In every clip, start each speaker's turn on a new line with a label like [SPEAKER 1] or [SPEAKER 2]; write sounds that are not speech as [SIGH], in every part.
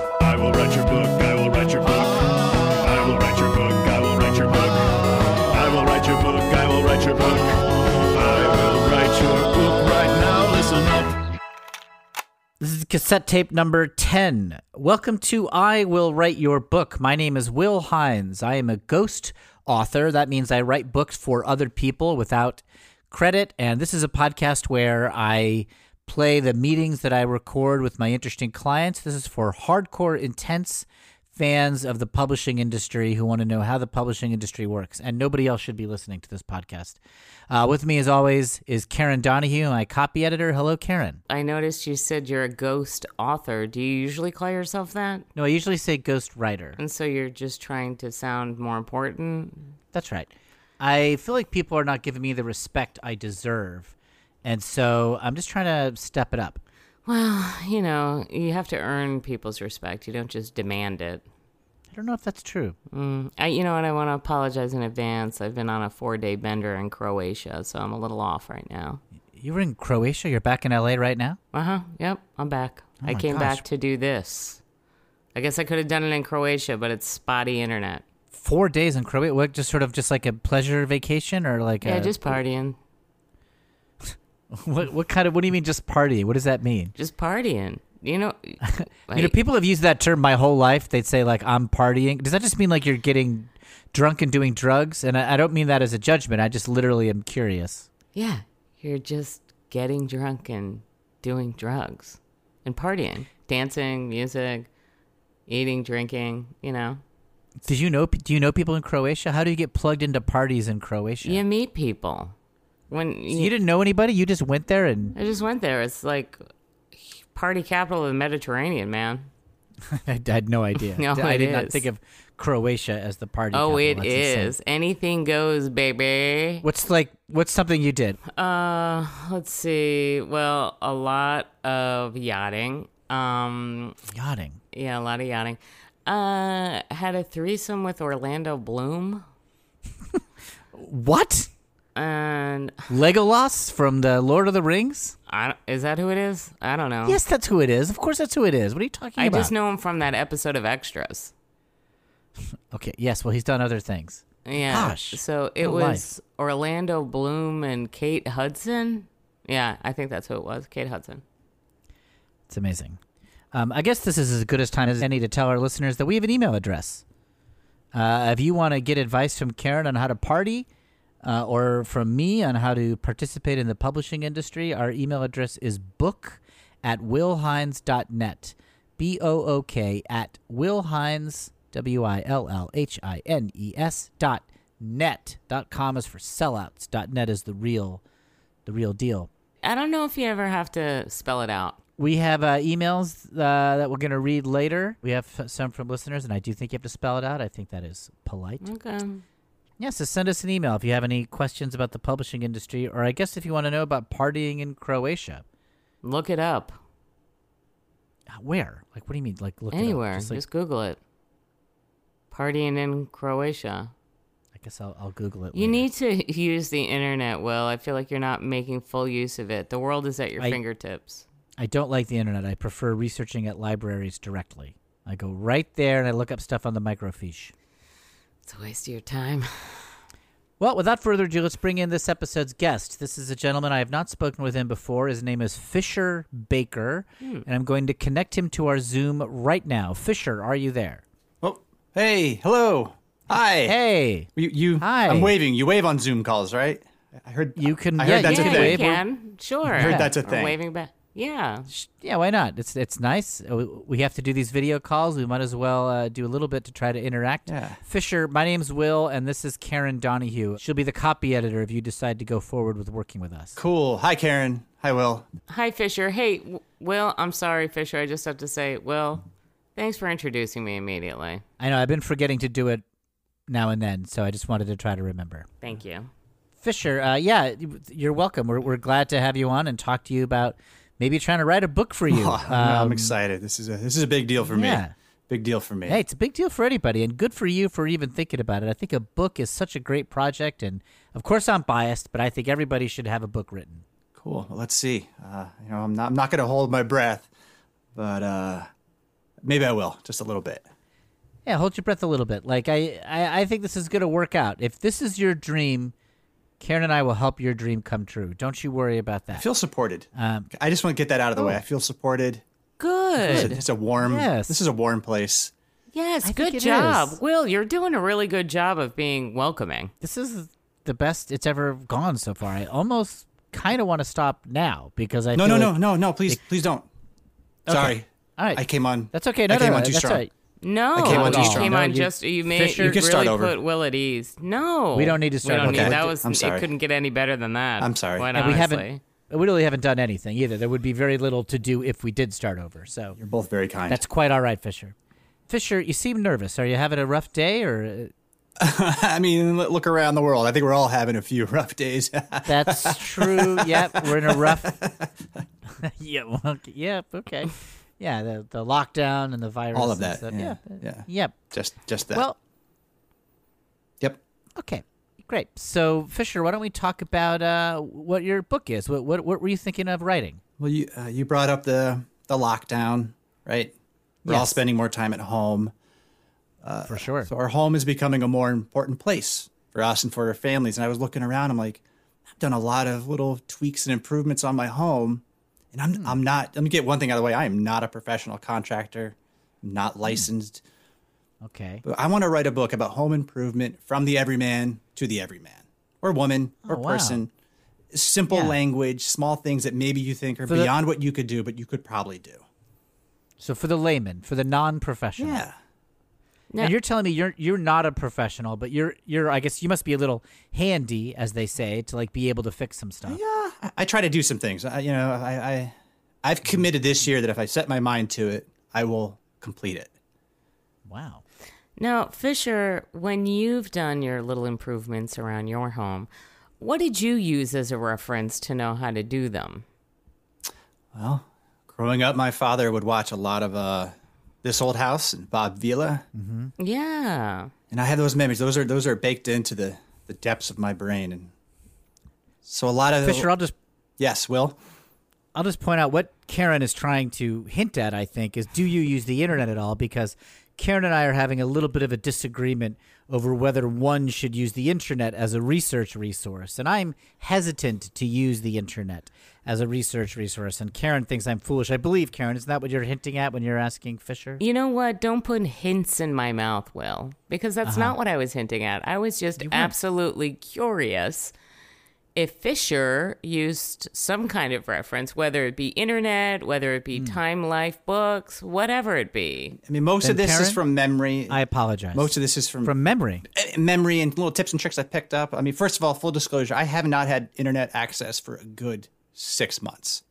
[SPEAKER 1] write your book. I will write your book. I will write your book. I will write your book. I will write your book. I will write your book. I will write your book right now. Listen up.
[SPEAKER 2] This is cassette tape number 10. Welcome to I Will Write Your Book. My name is Will Hines. I am a ghost author. That means I write books for other people without credit. And this is a podcast where I play the meetings that I record with my interesting clients. This is for hardcore, intense fans of the publishing industry who want to know how the publishing industry works. And nobody else should be listening to this podcast. Uh, with me, as always, is Karen Donahue, my copy editor. Hello, Karen.
[SPEAKER 3] I noticed you said you're a ghost author. Do you usually call yourself that?
[SPEAKER 2] No, I usually say ghost writer.
[SPEAKER 3] And so you're just trying to sound more important?
[SPEAKER 2] That's right. I feel like people are not giving me the respect I deserve. And so I'm just trying to step it up.
[SPEAKER 3] Well, you know, you have to earn people's respect. You don't just demand it.
[SPEAKER 2] I don't know if that's true.
[SPEAKER 3] Mm. I, you know what? I want to apologize in advance. I've been on a four day bender in Croatia, so I'm a little off right now.
[SPEAKER 2] You were in Croatia. You're back in LA right now.
[SPEAKER 3] Uh huh. Yep. I'm back.
[SPEAKER 2] Oh
[SPEAKER 3] I
[SPEAKER 2] my
[SPEAKER 3] came
[SPEAKER 2] gosh.
[SPEAKER 3] back to do this. I guess I could have done it in Croatia, but it's spotty internet.
[SPEAKER 2] Four days in Croatia. What? Just sort of just like a pleasure vacation or like
[SPEAKER 3] Yeah,
[SPEAKER 2] a,
[SPEAKER 3] just partying.
[SPEAKER 2] [LAUGHS] what? What kind of? What do you mean just party? What does that mean?
[SPEAKER 3] Just partying. You know, [LAUGHS]
[SPEAKER 2] [LAUGHS] you know,
[SPEAKER 3] like-
[SPEAKER 2] people have used that term my whole life. They'd say like I'm partying. Does that just mean like you're getting drunk and doing drugs? And I, I don't mean that as a judgment. I just literally am curious.
[SPEAKER 3] Yeah, you're just getting drunk and doing drugs and partying, dancing, music, eating, drinking, you know.
[SPEAKER 2] Did you know? Do you know people in Croatia? How do you get plugged into parties in Croatia?
[SPEAKER 3] You meet people. When
[SPEAKER 2] So
[SPEAKER 3] you,
[SPEAKER 2] you didn't know anybody. You just went there and [LAUGHS]
[SPEAKER 3] I just went there. It's like party capital of the Mediterranean, man.
[SPEAKER 2] I had no idea.
[SPEAKER 3] [LAUGHS] No,
[SPEAKER 2] I
[SPEAKER 3] it
[SPEAKER 2] did not
[SPEAKER 3] is.
[SPEAKER 2] think of Croatia as the party.
[SPEAKER 3] Oh,
[SPEAKER 2] capital.
[SPEAKER 3] it
[SPEAKER 2] That's insane.
[SPEAKER 3] is. Anything goes, baby.
[SPEAKER 2] What's like? What's something you did?
[SPEAKER 3] Uh, let's see. Well, a lot of yachting. Um,
[SPEAKER 2] Yachting.
[SPEAKER 3] yeah, a lot of yachting. Uh, had a threesome with Orlando Bloom.
[SPEAKER 2] What?
[SPEAKER 3] And
[SPEAKER 2] Legolas from the Lord of the Rings?
[SPEAKER 3] I, is that who it is? I don't know.
[SPEAKER 2] Yes, that's who it is. Of course, that's who it is. What are you talking
[SPEAKER 3] Oh. I
[SPEAKER 2] about?
[SPEAKER 3] just know him from that episode of Extras.
[SPEAKER 2] Okay. Yes. Well, he's done other things.
[SPEAKER 3] Yeah.
[SPEAKER 2] Gosh,
[SPEAKER 3] So it
[SPEAKER 2] what a
[SPEAKER 3] was Orlando Bloom and Kate Hudson. Yeah, I think that's who it was. Kate Hudson.
[SPEAKER 2] It's amazing. Um, I guess this is as good as time as any to tell our listeners that we have an email address. Uh, if you want to get advice from Karen on how to party, uh, or from me on how to participate in the publishing industry, our email address is book at willhines.net. B O O K at willhines, W I L L H I N E S dot net. Dot com is for sellouts. Dot net is the real, the real deal.
[SPEAKER 3] I don't know if you ever have to spell it out.
[SPEAKER 2] We have uh, emails uh, that we're going to read later. We have f- some from listeners, and I do think you have to spell it out. I think that is polite.
[SPEAKER 3] Okay.
[SPEAKER 2] Yeah, so send us an email if you have any questions about the publishing industry, or I guess if you want to know about partying in Croatia.
[SPEAKER 3] Look it up.
[SPEAKER 2] Uh, Where? Like, what do you mean? Like, look it up?
[SPEAKER 3] Anywhere.
[SPEAKER 2] Just,
[SPEAKER 3] Just,
[SPEAKER 2] like-
[SPEAKER 3] Google it. Partying in Croatia.
[SPEAKER 2] I guess I'll, I'll Google it.
[SPEAKER 3] You
[SPEAKER 2] later.
[SPEAKER 3] need to [LAUGHS] use the internet, Will. I feel like you're not making full use of it. The world is at your
[SPEAKER 2] I-
[SPEAKER 3] fingertips.
[SPEAKER 2] I don't like the internet. I prefer researching at libraries directly. I go right there and I look up stuff on the microfiche.
[SPEAKER 3] It's a waste of your time. [LAUGHS]
[SPEAKER 2] Well, without further ado, let's bring in this episode's guest. This is a gentleman I have not spoken with him before. His name is Fisher Baker,
[SPEAKER 4] Hmm.
[SPEAKER 2] and I'm going to connect him to our Zoom right now. Fisher, are you there?
[SPEAKER 4] Oh, hey, hello, hi.
[SPEAKER 2] Hey,
[SPEAKER 4] you, you
[SPEAKER 2] Hi.
[SPEAKER 4] I'm waving. You wave on Zoom calls, right? I heard
[SPEAKER 2] you can.
[SPEAKER 4] I heard
[SPEAKER 2] yeah,
[SPEAKER 4] that's
[SPEAKER 2] you
[SPEAKER 4] a
[SPEAKER 2] can
[SPEAKER 3] yeah,
[SPEAKER 4] thing.
[SPEAKER 3] you
[SPEAKER 2] wave.
[SPEAKER 3] can. Sure. I
[SPEAKER 4] heard that's a
[SPEAKER 3] Or
[SPEAKER 4] thing.
[SPEAKER 3] Waving back. Yeah.
[SPEAKER 2] Sh- Yeah, why not? It's it's nice. Uh, we- We have to do these video calls. We might as well uh, do a little bit to try to interact.
[SPEAKER 4] Yeah.
[SPEAKER 2] Fisher, my name's Will, and this is Karen Donahue. She'll be the copy editor if you decide to go forward with working with us.
[SPEAKER 4] cool. Hi, Karen. Hi, Will.
[SPEAKER 3] Hi, Fisher. Hey, W- Will, I'm sorry, Fisher. I just have to say, Will, thanks for introducing me immediately.
[SPEAKER 2] I know I've been forgetting to do it now and then, so I just wanted to try to remember.
[SPEAKER 3] Thank you.
[SPEAKER 2] Fisher, uh, yeah, you're welcome. We're, we're glad to have you on and talk to you about maybe trying to write a book for you.
[SPEAKER 4] [LAUGHS] Oh, no, I'm
[SPEAKER 2] Um,
[SPEAKER 4] excited. This is a this is a big deal for
[SPEAKER 2] yeah.
[SPEAKER 4] me. Big deal for me.
[SPEAKER 2] Hey, it's a big deal for anybody, and good for you for even thinking about it. I think a book is such a great project, and of course I'm biased, but I think everybody should have a book written.
[SPEAKER 4] Cool. Well, let's see. Uh, you know, I'm not I'm not gonna hold my breath, but uh, maybe I will just a little bit.
[SPEAKER 2] Yeah, hold your breath a little bit. Like I, I, I think this is gonna work out. If this is your dream, Karen and I will help your dream come true. Don't you worry about that.
[SPEAKER 4] I feel supported.
[SPEAKER 2] Um, oh.
[SPEAKER 4] I just want to get that out of the way. I feel supported. It's a,
[SPEAKER 3] Good.
[SPEAKER 4] it's a warm.
[SPEAKER 2] Yes.
[SPEAKER 4] This is a warm place.
[SPEAKER 3] Yes,
[SPEAKER 2] think
[SPEAKER 3] good
[SPEAKER 2] it
[SPEAKER 3] job.
[SPEAKER 2] is.
[SPEAKER 3] Will, you're doing a really good job of being welcoming.
[SPEAKER 2] this is the best it's ever gone so far. I almost kind of want to stop now because I
[SPEAKER 4] No,
[SPEAKER 2] feel
[SPEAKER 4] no, no,
[SPEAKER 2] like-
[SPEAKER 4] no, no. Please, please don't. Sorry.
[SPEAKER 2] All right,
[SPEAKER 4] I came on.
[SPEAKER 2] That's okay. No,
[SPEAKER 4] I came
[SPEAKER 2] no,
[SPEAKER 4] on
[SPEAKER 2] no,
[SPEAKER 4] too
[SPEAKER 2] that's
[SPEAKER 4] strong.
[SPEAKER 2] all right.
[SPEAKER 3] No,
[SPEAKER 4] came
[SPEAKER 2] on too
[SPEAKER 3] you
[SPEAKER 2] strong.
[SPEAKER 3] came
[SPEAKER 2] No,
[SPEAKER 3] on
[SPEAKER 2] you-
[SPEAKER 3] just you made
[SPEAKER 2] Fisher-
[SPEAKER 3] you
[SPEAKER 2] You
[SPEAKER 4] can
[SPEAKER 3] really
[SPEAKER 4] start over.
[SPEAKER 3] put Will at ease. No,
[SPEAKER 2] We don't need to start
[SPEAKER 3] We don't
[SPEAKER 2] over.
[SPEAKER 3] need,
[SPEAKER 2] Okay.
[SPEAKER 3] that was
[SPEAKER 4] I'm sorry.
[SPEAKER 3] it couldn't get any better than that.
[SPEAKER 4] I'm sorry.
[SPEAKER 3] Quite
[SPEAKER 2] And we haven't
[SPEAKER 3] honestly.
[SPEAKER 2] we really haven't done anything either. There would be very little to do if we did start over. So
[SPEAKER 4] You're both very kind.
[SPEAKER 2] that's quite all right, Fisher. Fisher, you seem nervous. Are you having a rough day or
[SPEAKER 4] [LAUGHS] I mean, l- look around the world. I think we're all having a few [LAUGHS] rough days.
[SPEAKER 2] uh,
[SPEAKER 4] [LAUGHS]
[SPEAKER 2] That's true. yep, we're in a rough. [LAUGHS] yeah. well, okay, Yep. Okay. Yeah. The the lockdown and the virus.
[SPEAKER 4] all of
[SPEAKER 2] and
[SPEAKER 4] that.
[SPEAKER 2] stuff.
[SPEAKER 4] Yeah.
[SPEAKER 2] yeah. uh,
[SPEAKER 4] yeah.
[SPEAKER 2] Yep.
[SPEAKER 4] Just, just that.
[SPEAKER 2] Well.
[SPEAKER 4] yep.
[SPEAKER 2] Okay. Great. So Fisher, why don't we talk about uh, what your book is? What, what what were you thinking of writing?
[SPEAKER 4] Well, you uh, you brought up the the lockdown, right? We're all
[SPEAKER 2] Yes.
[SPEAKER 4] spending more time at home.
[SPEAKER 2] For sure.
[SPEAKER 4] So our home is becoming a more important place for us and for our families. And I was looking around, I'm like, I've done a lot of little tweaks and improvements on my home. And I'm I'm not let me get one thing out of the way. I am not a professional contractor, I'm not licensed.
[SPEAKER 2] okay.
[SPEAKER 4] But I want to write a book about home improvement from the everyman to the everyman. Or woman or
[SPEAKER 2] Oh, wow.
[SPEAKER 4] person. Simple
[SPEAKER 2] Yeah.
[SPEAKER 4] language, small things that maybe you think are
[SPEAKER 2] So that-
[SPEAKER 4] beyond what you could do, but you could probably do.
[SPEAKER 2] So for the layman, for the non-professional.
[SPEAKER 4] Yeah.
[SPEAKER 2] And you're telling me you're you're not a professional, but you're you're I guess you must be a little handy, as they say, to like be able to fix some stuff.
[SPEAKER 4] Yeah, I, I try to do some things. I, you know, I, I I've committed this year that if I set my mind to it, I will complete it.
[SPEAKER 2] Wow.
[SPEAKER 3] Now, Fisher, when you've done your little improvements around your home, what did you use as a reference to know how to do them?
[SPEAKER 4] Growing up, my father would watch a lot of uh, this old house and Bob Vila,
[SPEAKER 3] Yeah.
[SPEAKER 4] and I have those memories. Those are those are baked into the the depths of my brain, and so a lot of
[SPEAKER 2] Fisher, I'll just
[SPEAKER 4] yes, Will.
[SPEAKER 2] I'll just point out what Karen is trying to hint at, I think, is do you use the internet at all? Because Karen and I are having a little bit of a disagreement over whether one should use the internet as a research resource. And I'm hesitant to use the internet as a research resource. And Karen thinks I'm foolish. I believe, Karen, isn't that what you're hinting at when you're asking Fisher?
[SPEAKER 3] You know what? Don't put hints in my mouth, Will, because that's
[SPEAKER 2] Uh-huh.
[SPEAKER 3] not what I was hinting at. I was just absolutely curious if Fisher used some kind of reference, whether it be internet, whether it
[SPEAKER 2] Hmm.
[SPEAKER 3] be Time Life books, whatever it be.
[SPEAKER 4] I mean, most of
[SPEAKER 2] Then
[SPEAKER 4] this is
[SPEAKER 2] Karen?
[SPEAKER 4] from memory.
[SPEAKER 2] I apologize.
[SPEAKER 4] most of this is from
[SPEAKER 2] From memory.
[SPEAKER 4] eh, memory and little tips and tricks I picked up. I mean, first of all, full disclosure, I have not had internet access for a good six months,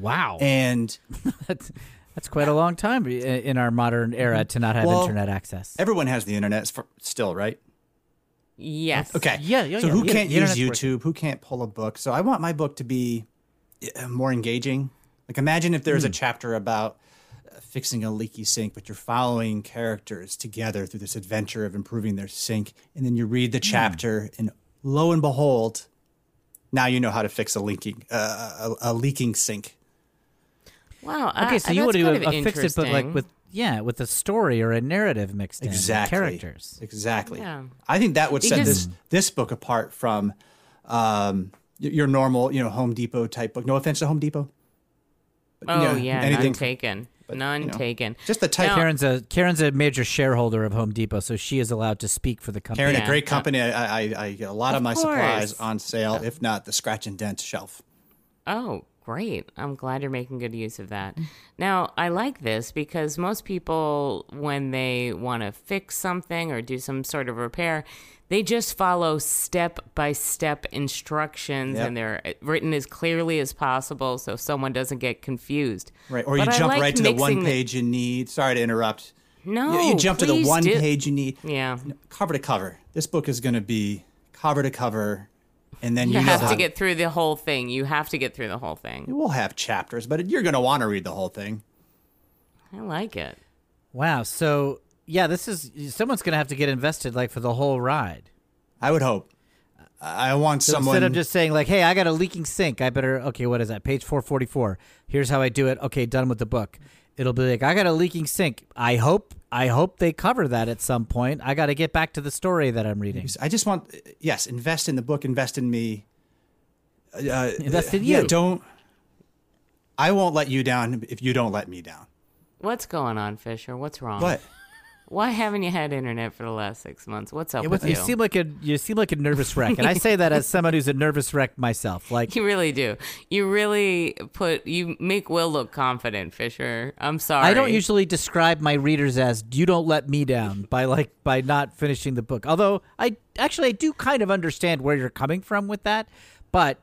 [SPEAKER 2] Wow.
[SPEAKER 4] and
[SPEAKER 2] [LAUGHS] that's, that's quite a long time i- in our modern era to not have
[SPEAKER 4] Well,
[SPEAKER 2] internet access.
[SPEAKER 4] Everyone has the internet s- for, still, right?
[SPEAKER 3] Yes.
[SPEAKER 4] Okay.
[SPEAKER 2] Yeah, yeah,
[SPEAKER 4] So
[SPEAKER 2] yeah.
[SPEAKER 4] who
[SPEAKER 2] Yeah,
[SPEAKER 4] can't
[SPEAKER 2] the
[SPEAKER 4] use
[SPEAKER 2] internet's
[SPEAKER 4] YouTube? Who can't pull a book? So I want my book to be uh, more engaging. Like imagine if
[SPEAKER 2] Hmm.
[SPEAKER 4] there's a chapter about uh, fixing a leaky sink, but you're following characters together through this adventure of improving their sink, and then you read
[SPEAKER 2] Hmm.
[SPEAKER 4] the chapter, and lo and behold, now you know how to fix a leaking uh, a, a leaking sink.
[SPEAKER 3] Wow.
[SPEAKER 2] Okay,
[SPEAKER 3] I-
[SPEAKER 2] so you
[SPEAKER 3] Uh, that's
[SPEAKER 2] want to do
[SPEAKER 3] kind
[SPEAKER 2] a,
[SPEAKER 3] of
[SPEAKER 2] a fix it, but like
[SPEAKER 3] interesting.
[SPEAKER 2] with yeah, with a story or a narrative mixed
[SPEAKER 4] exactly
[SPEAKER 2] in, and characters.
[SPEAKER 4] exactly
[SPEAKER 3] Yeah.
[SPEAKER 4] i think that would set
[SPEAKER 3] Because-
[SPEAKER 4] this this book apart from um y- your normal you know home depot type book no offense to home depot but,
[SPEAKER 3] Oh yeah,
[SPEAKER 4] anything
[SPEAKER 3] none taken, none
[SPEAKER 4] you know,
[SPEAKER 3] taken.
[SPEAKER 4] just the type
[SPEAKER 3] Now-
[SPEAKER 2] Karen's a Karen's a major shareholder of Home Depot, so she is allowed to speak for the company.
[SPEAKER 4] Karen,
[SPEAKER 3] Yeah.
[SPEAKER 4] a great company. I, I, I get a lot of,
[SPEAKER 3] Of
[SPEAKER 4] my supplies
[SPEAKER 3] course.
[SPEAKER 4] on sale, if not the scratch and dent shelf.
[SPEAKER 3] Oh, great. I'm glad you're making good use of that. Now, I like this because most people, when they want to fix something or do some sort of repair, they just follow step by step instructions
[SPEAKER 4] Yep.
[SPEAKER 3] and they're uh, written as clearly as possible so someone doesn't get confused.
[SPEAKER 4] Right, or
[SPEAKER 3] But
[SPEAKER 4] you
[SPEAKER 3] I
[SPEAKER 4] jump
[SPEAKER 3] like
[SPEAKER 4] right to the
[SPEAKER 3] mixing
[SPEAKER 4] one page you need. Sorry to interrupt. You-
[SPEAKER 3] No,
[SPEAKER 4] you, jump to the
[SPEAKER 3] please
[SPEAKER 4] one
[SPEAKER 3] do-
[SPEAKER 4] page you need.
[SPEAKER 3] Yeah.
[SPEAKER 4] cover to cover. This book is going to be cover to cover, and then
[SPEAKER 3] You
[SPEAKER 4] you, know
[SPEAKER 3] have
[SPEAKER 4] how
[SPEAKER 3] to get through the whole thing. You have to get through the whole thing.
[SPEAKER 4] We'll have chapters, but you're going to want to read the whole thing.
[SPEAKER 3] I like it.
[SPEAKER 2] Wow. So yeah, this is someone's going to have to get invested like for the whole ride.
[SPEAKER 4] I would hope. I I want
[SPEAKER 2] So
[SPEAKER 4] someone.
[SPEAKER 2] instead of just saying like, "Hey, I got a leaking sink. I better okay, what is that? Page 444. Here's how I do it. Okay, done with the book." It'll be like I got a leaking sink. I hope I hope they cover that at some point. I got to get back to the story that I'm reading.
[SPEAKER 4] I just want yes, invest in the book, invest in me. Uh,
[SPEAKER 2] Invest in
[SPEAKER 4] Yeah,
[SPEAKER 2] you.
[SPEAKER 4] don't. I won't let you down if you don't let me down.
[SPEAKER 3] What's going on, Fisher? What's wrong?
[SPEAKER 4] But
[SPEAKER 3] Why haven't you had internet for the last six months? What's up
[SPEAKER 2] It was-
[SPEAKER 3] with
[SPEAKER 2] you
[SPEAKER 3] you?
[SPEAKER 2] seem like a you seem like a nervous wreck,
[SPEAKER 4] [LAUGHS]
[SPEAKER 2] and I say that as someone who's a nervous wreck myself. Like
[SPEAKER 3] [LAUGHS] you really do. You really put. You make Will look confident, Fisher. I'm sorry.
[SPEAKER 2] I don't usually describe my readers as "you don't let me down" [LAUGHS] by like by not finishing the book. Although I actually I do kind of understand where you're coming from with that, but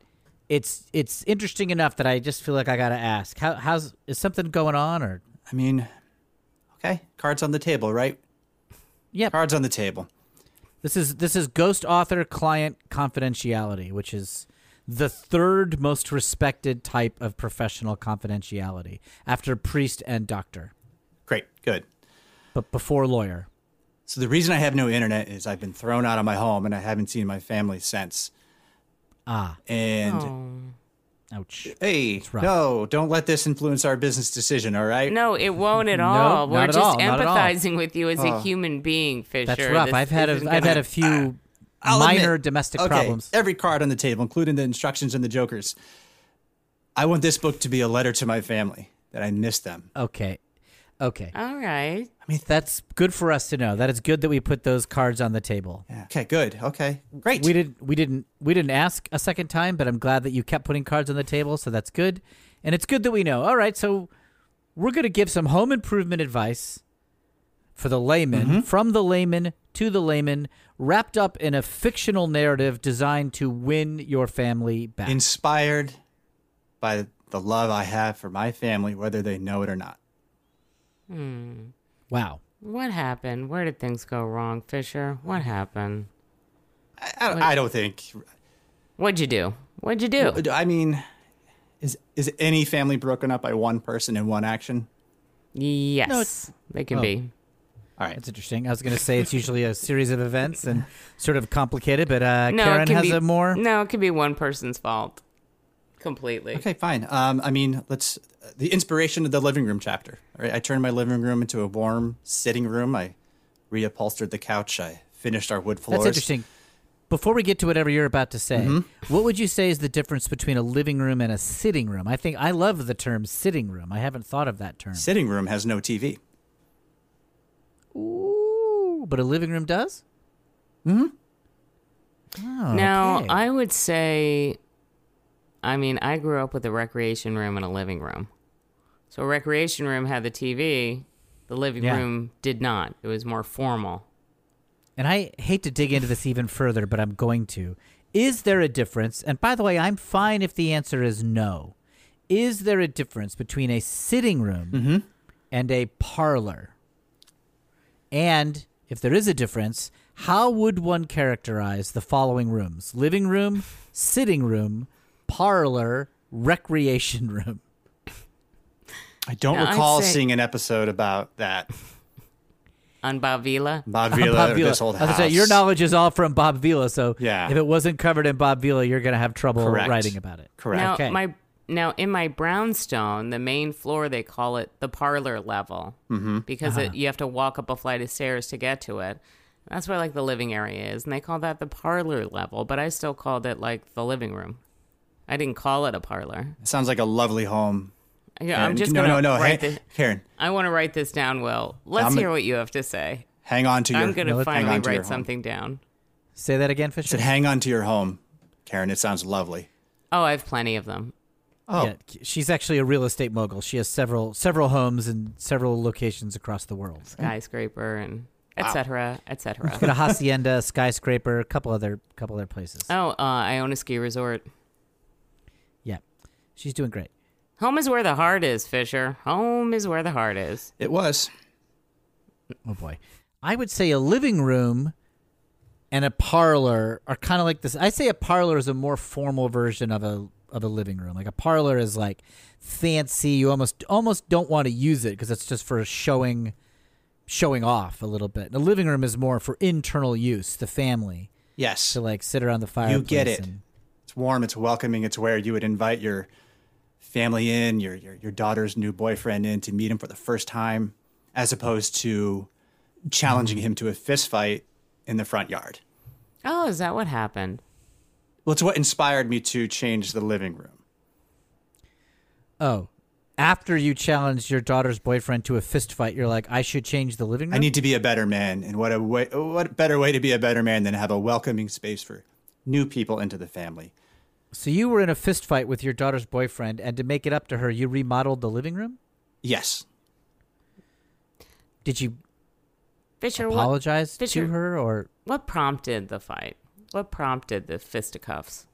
[SPEAKER 2] it's it's interesting enough that I just feel like I gotta ask. How, how's is something going on or
[SPEAKER 4] I mean, okay, cards on the table, right?
[SPEAKER 2] Yep.
[SPEAKER 4] cards on the table.
[SPEAKER 2] this is this is ghost author client confidentiality, which is the third most respected type of professional confidentiality after priest and doctor,
[SPEAKER 4] Great, good.
[SPEAKER 2] but before lawyer.
[SPEAKER 4] So the reason I have no internet is I've been thrown out of my home and I haven't seen my family since.
[SPEAKER 2] Ah,
[SPEAKER 4] And
[SPEAKER 2] ouch.
[SPEAKER 4] hey,
[SPEAKER 2] rough.
[SPEAKER 4] no, don't let this influence our business decision. All right.
[SPEAKER 3] No, it
[SPEAKER 2] [LAUGHS]
[SPEAKER 3] won't at all. We're
[SPEAKER 2] not at
[SPEAKER 3] just
[SPEAKER 2] all, not at all. Oh.
[SPEAKER 3] empathizing with you as a human being, Fisher.
[SPEAKER 2] That's rough.
[SPEAKER 3] This
[SPEAKER 2] I've had
[SPEAKER 3] isn't
[SPEAKER 2] a, I've had
[SPEAKER 3] gonna-
[SPEAKER 2] a few
[SPEAKER 4] I'll admit-
[SPEAKER 2] minor domestic
[SPEAKER 4] okay,
[SPEAKER 2] problems.
[SPEAKER 4] Every card on the table, including the instructions and the jokers. I want this book to be a letter to my family that I miss them.
[SPEAKER 2] Okay, okay.
[SPEAKER 3] All right.
[SPEAKER 2] That's good for us to know. That it's good that we put those cards on the table.
[SPEAKER 4] Yeah. Okay, good. Okay, great.
[SPEAKER 2] We didn't we didn't we didn't ask a second time, but I'm glad that you kept putting cards on the table, so that's good. And it's good that we know. All right, so we're going to give some home improvement advice for the layman, from the layman to the layman, wrapped up in a fictional narrative designed to win your family back.
[SPEAKER 4] Inspired by the love I have for my family, whether they know it or not.
[SPEAKER 2] wow.
[SPEAKER 3] What happened? Where did things go wrong, Fisher? What happened?
[SPEAKER 4] I, I, don't- I don't think.
[SPEAKER 3] What'd you do? What'd you do?
[SPEAKER 4] I mean, is is any family broken up by one person in one action?
[SPEAKER 3] Yes,
[SPEAKER 2] it's-
[SPEAKER 3] they can be.
[SPEAKER 4] All right.
[SPEAKER 2] That's interesting. I was going to say it's usually a series of events and
[SPEAKER 3] [LAUGHS]
[SPEAKER 2] sort of complicated, but uh,
[SPEAKER 3] No, it
[SPEAKER 2] Karen
[SPEAKER 3] can
[SPEAKER 2] has
[SPEAKER 3] be
[SPEAKER 2] a more.
[SPEAKER 3] No, it could be one person's fault. Completely.
[SPEAKER 4] Okay, fine. Um, I mean, let's the inspiration of the living room chapter. All right, I turned my living room into a warm sitting room. I reupholstered the couch. I finished our wood floors.
[SPEAKER 2] That's interesting. Before we get to whatever you're about to say, what would you say is the difference between a living room and a sitting room? I think I love the term sitting room. I haven't thought of that term.
[SPEAKER 4] Sitting room has no TV.
[SPEAKER 2] Ooh, but a living room does? Mm-hmm. Oh,
[SPEAKER 3] Now,
[SPEAKER 2] okay.
[SPEAKER 3] I would say, I mean, I grew up with a recreation room and a living room. So, a recreation room had the TV, the living
[SPEAKER 2] Yeah.
[SPEAKER 3] room did not. It was more formal.
[SPEAKER 2] and I hate to dig into this even further, but I'm going to. Is there a difference? And by the way, I'm fine if the answer is no. Is there a difference between a sitting room and a parlor? And if there is a difference, how would one characterize the following rooms living room, sitting room, parlor, recreation
[SPEAKER 4] [LAUGHS]
[SPEAKER 2] room?
[SPEAKER 4] I don't
[SPEAKER 3] No, I'd
[SPEAKER 4] recall
[SPEAKER 3] say-
[SPEAKER 4] seeing an episode about that.
[SPEAKER 3] On Bavila?
[SPEAKER 4] [LAUGHS] Bob Vila, or
[SPEAKER 2] Vila.
[SPEAKER 4] this old
[SPEAKER 2] I was
[SPEAKER 4] house.
[SPEAKER 2] gonna say, your knowledge is all from Bob Vila, so
[SPEAKER 4] Yeah.
[SPEAKER 2] if it wasn't covered in Bob Vila, you're going to have trouble
[SPEAKER 4] Correct.
[SPEAKER 2] writing about it.
[SPEAKER 4] Correct.
[SPEAKER 3] Now,
[SPEAKER 2] Okay.
[SPEAKER 3] my now in my brownstone, the main floor they call it the parlor level mm-hmm. because
[SPEAKER 2] Uh-huh.
[SPEAKER 3] it, you have to walk up a flight of stairs to get to it. That's where like the living area is, and they call that the parlor level. But I still called it like the living room. I didn't call it a parlor.
[SPEAKER 4] It sounds like a lovely home.
[SPEAKER 3] Yeah, I'm
[SPEAKER 4] Karen,
[SPEAKER 3] just
[SPEAKER 4] no,
[SPEAKER 3] gonna
[SPEAKER 4] no, no,
[SPEAKER 3] write
[SPEAKER 4] hang-
[SPEAKER 3] this.
[SPEAKER 4] Karen,
[SPEAKER 3] I want to write this down. Will, let's
[SPEAKER 4] I'm a-
[SPEAKER 3] hear what you have to say.
[SPEAKER 4] hang on to your.
[SPEAKER 3] I'm gonna
[SPEAKER 2] no, let's- hang
[SPEAKER 3] finally
[SPEAKER 4] on to your
[SPEAKER 3] write
[SPEAKER 4] home.
[SPEAKER 3] something down.
[SPEAKER 2] Say that again,
[SPEAKER 4] Said,
[SPEAKER 2] Fisher.
[SPEAKER 4] hang on to your home, Karen. It sounds lovely.
[SPEAKER 3] Oh, I have plenty of them.
[SPEAKER 4] Oh,
[SPEAKER 2] Yeah, she's actually a real estate mogul. She has several several homes in several locations across the world.
[SPEAKER 3] Skyscraper and etc. etc.
[SPEAKER 4] [LAUGHS]
[SPEAKER 2] Got a hacienda, skyscraper, a couple other couple other places.
[SPEAKER 3] oh, uh, I own a ski resort.
[SPEAKER 2] Yeah, she's doing great.
[SPEAKER 3] Home is where the heart is, Fisher. Home is where the heart is.
[SPEAKER 4] it was.
[SPEAKER 2] Oh boy, I would say a living room and a parlor are kind of like this. I say a parlor is a more formal version of a of a living room. Like a parlor is like fancy. You almost almost don't want to use it because it's just for showing showing off a little bit. And a living room is more for internal use, the family.
[SPEAKER 4] Yes.
[SPEAKER 2] to like sit around the fire.
[SPEAKER 4] You get it. It's warm. It's welcoming. It's where you would invite your family in, your your, your daughter's new boyfriend in to meet him for the first time, as opposed to challenging him to a fist fight in the front yard.
[SPEAKER 3] Oh, is that what happened?
[SPEAKER 4] Well, it's what inspired me to change the living room.
[SPEAKER 2] Oh, after you challenged your daughter's boyfriend to a fist fight, you're like, I should change the living room.
[SPEAKER 4] I need to be a better man, and what a way, what better way to be a better man than have a welcoming space for new people into the family.
[SPEAKER 2] so you were in a fist fight with your daughter's boyfriend, and to make it up to her, you remodeled the living room.
[SPEAKER 4] Yes,
[SPEAKER 2] Did you
[SPEAKER 3] Fisher, what,
[SPEAKER 2] apologize to
[SPEAKER 3] Fisher.
[SPEAKER 2] her, or
[SPEAKER 3] what prompted the fight? What prompted the fisticuffs?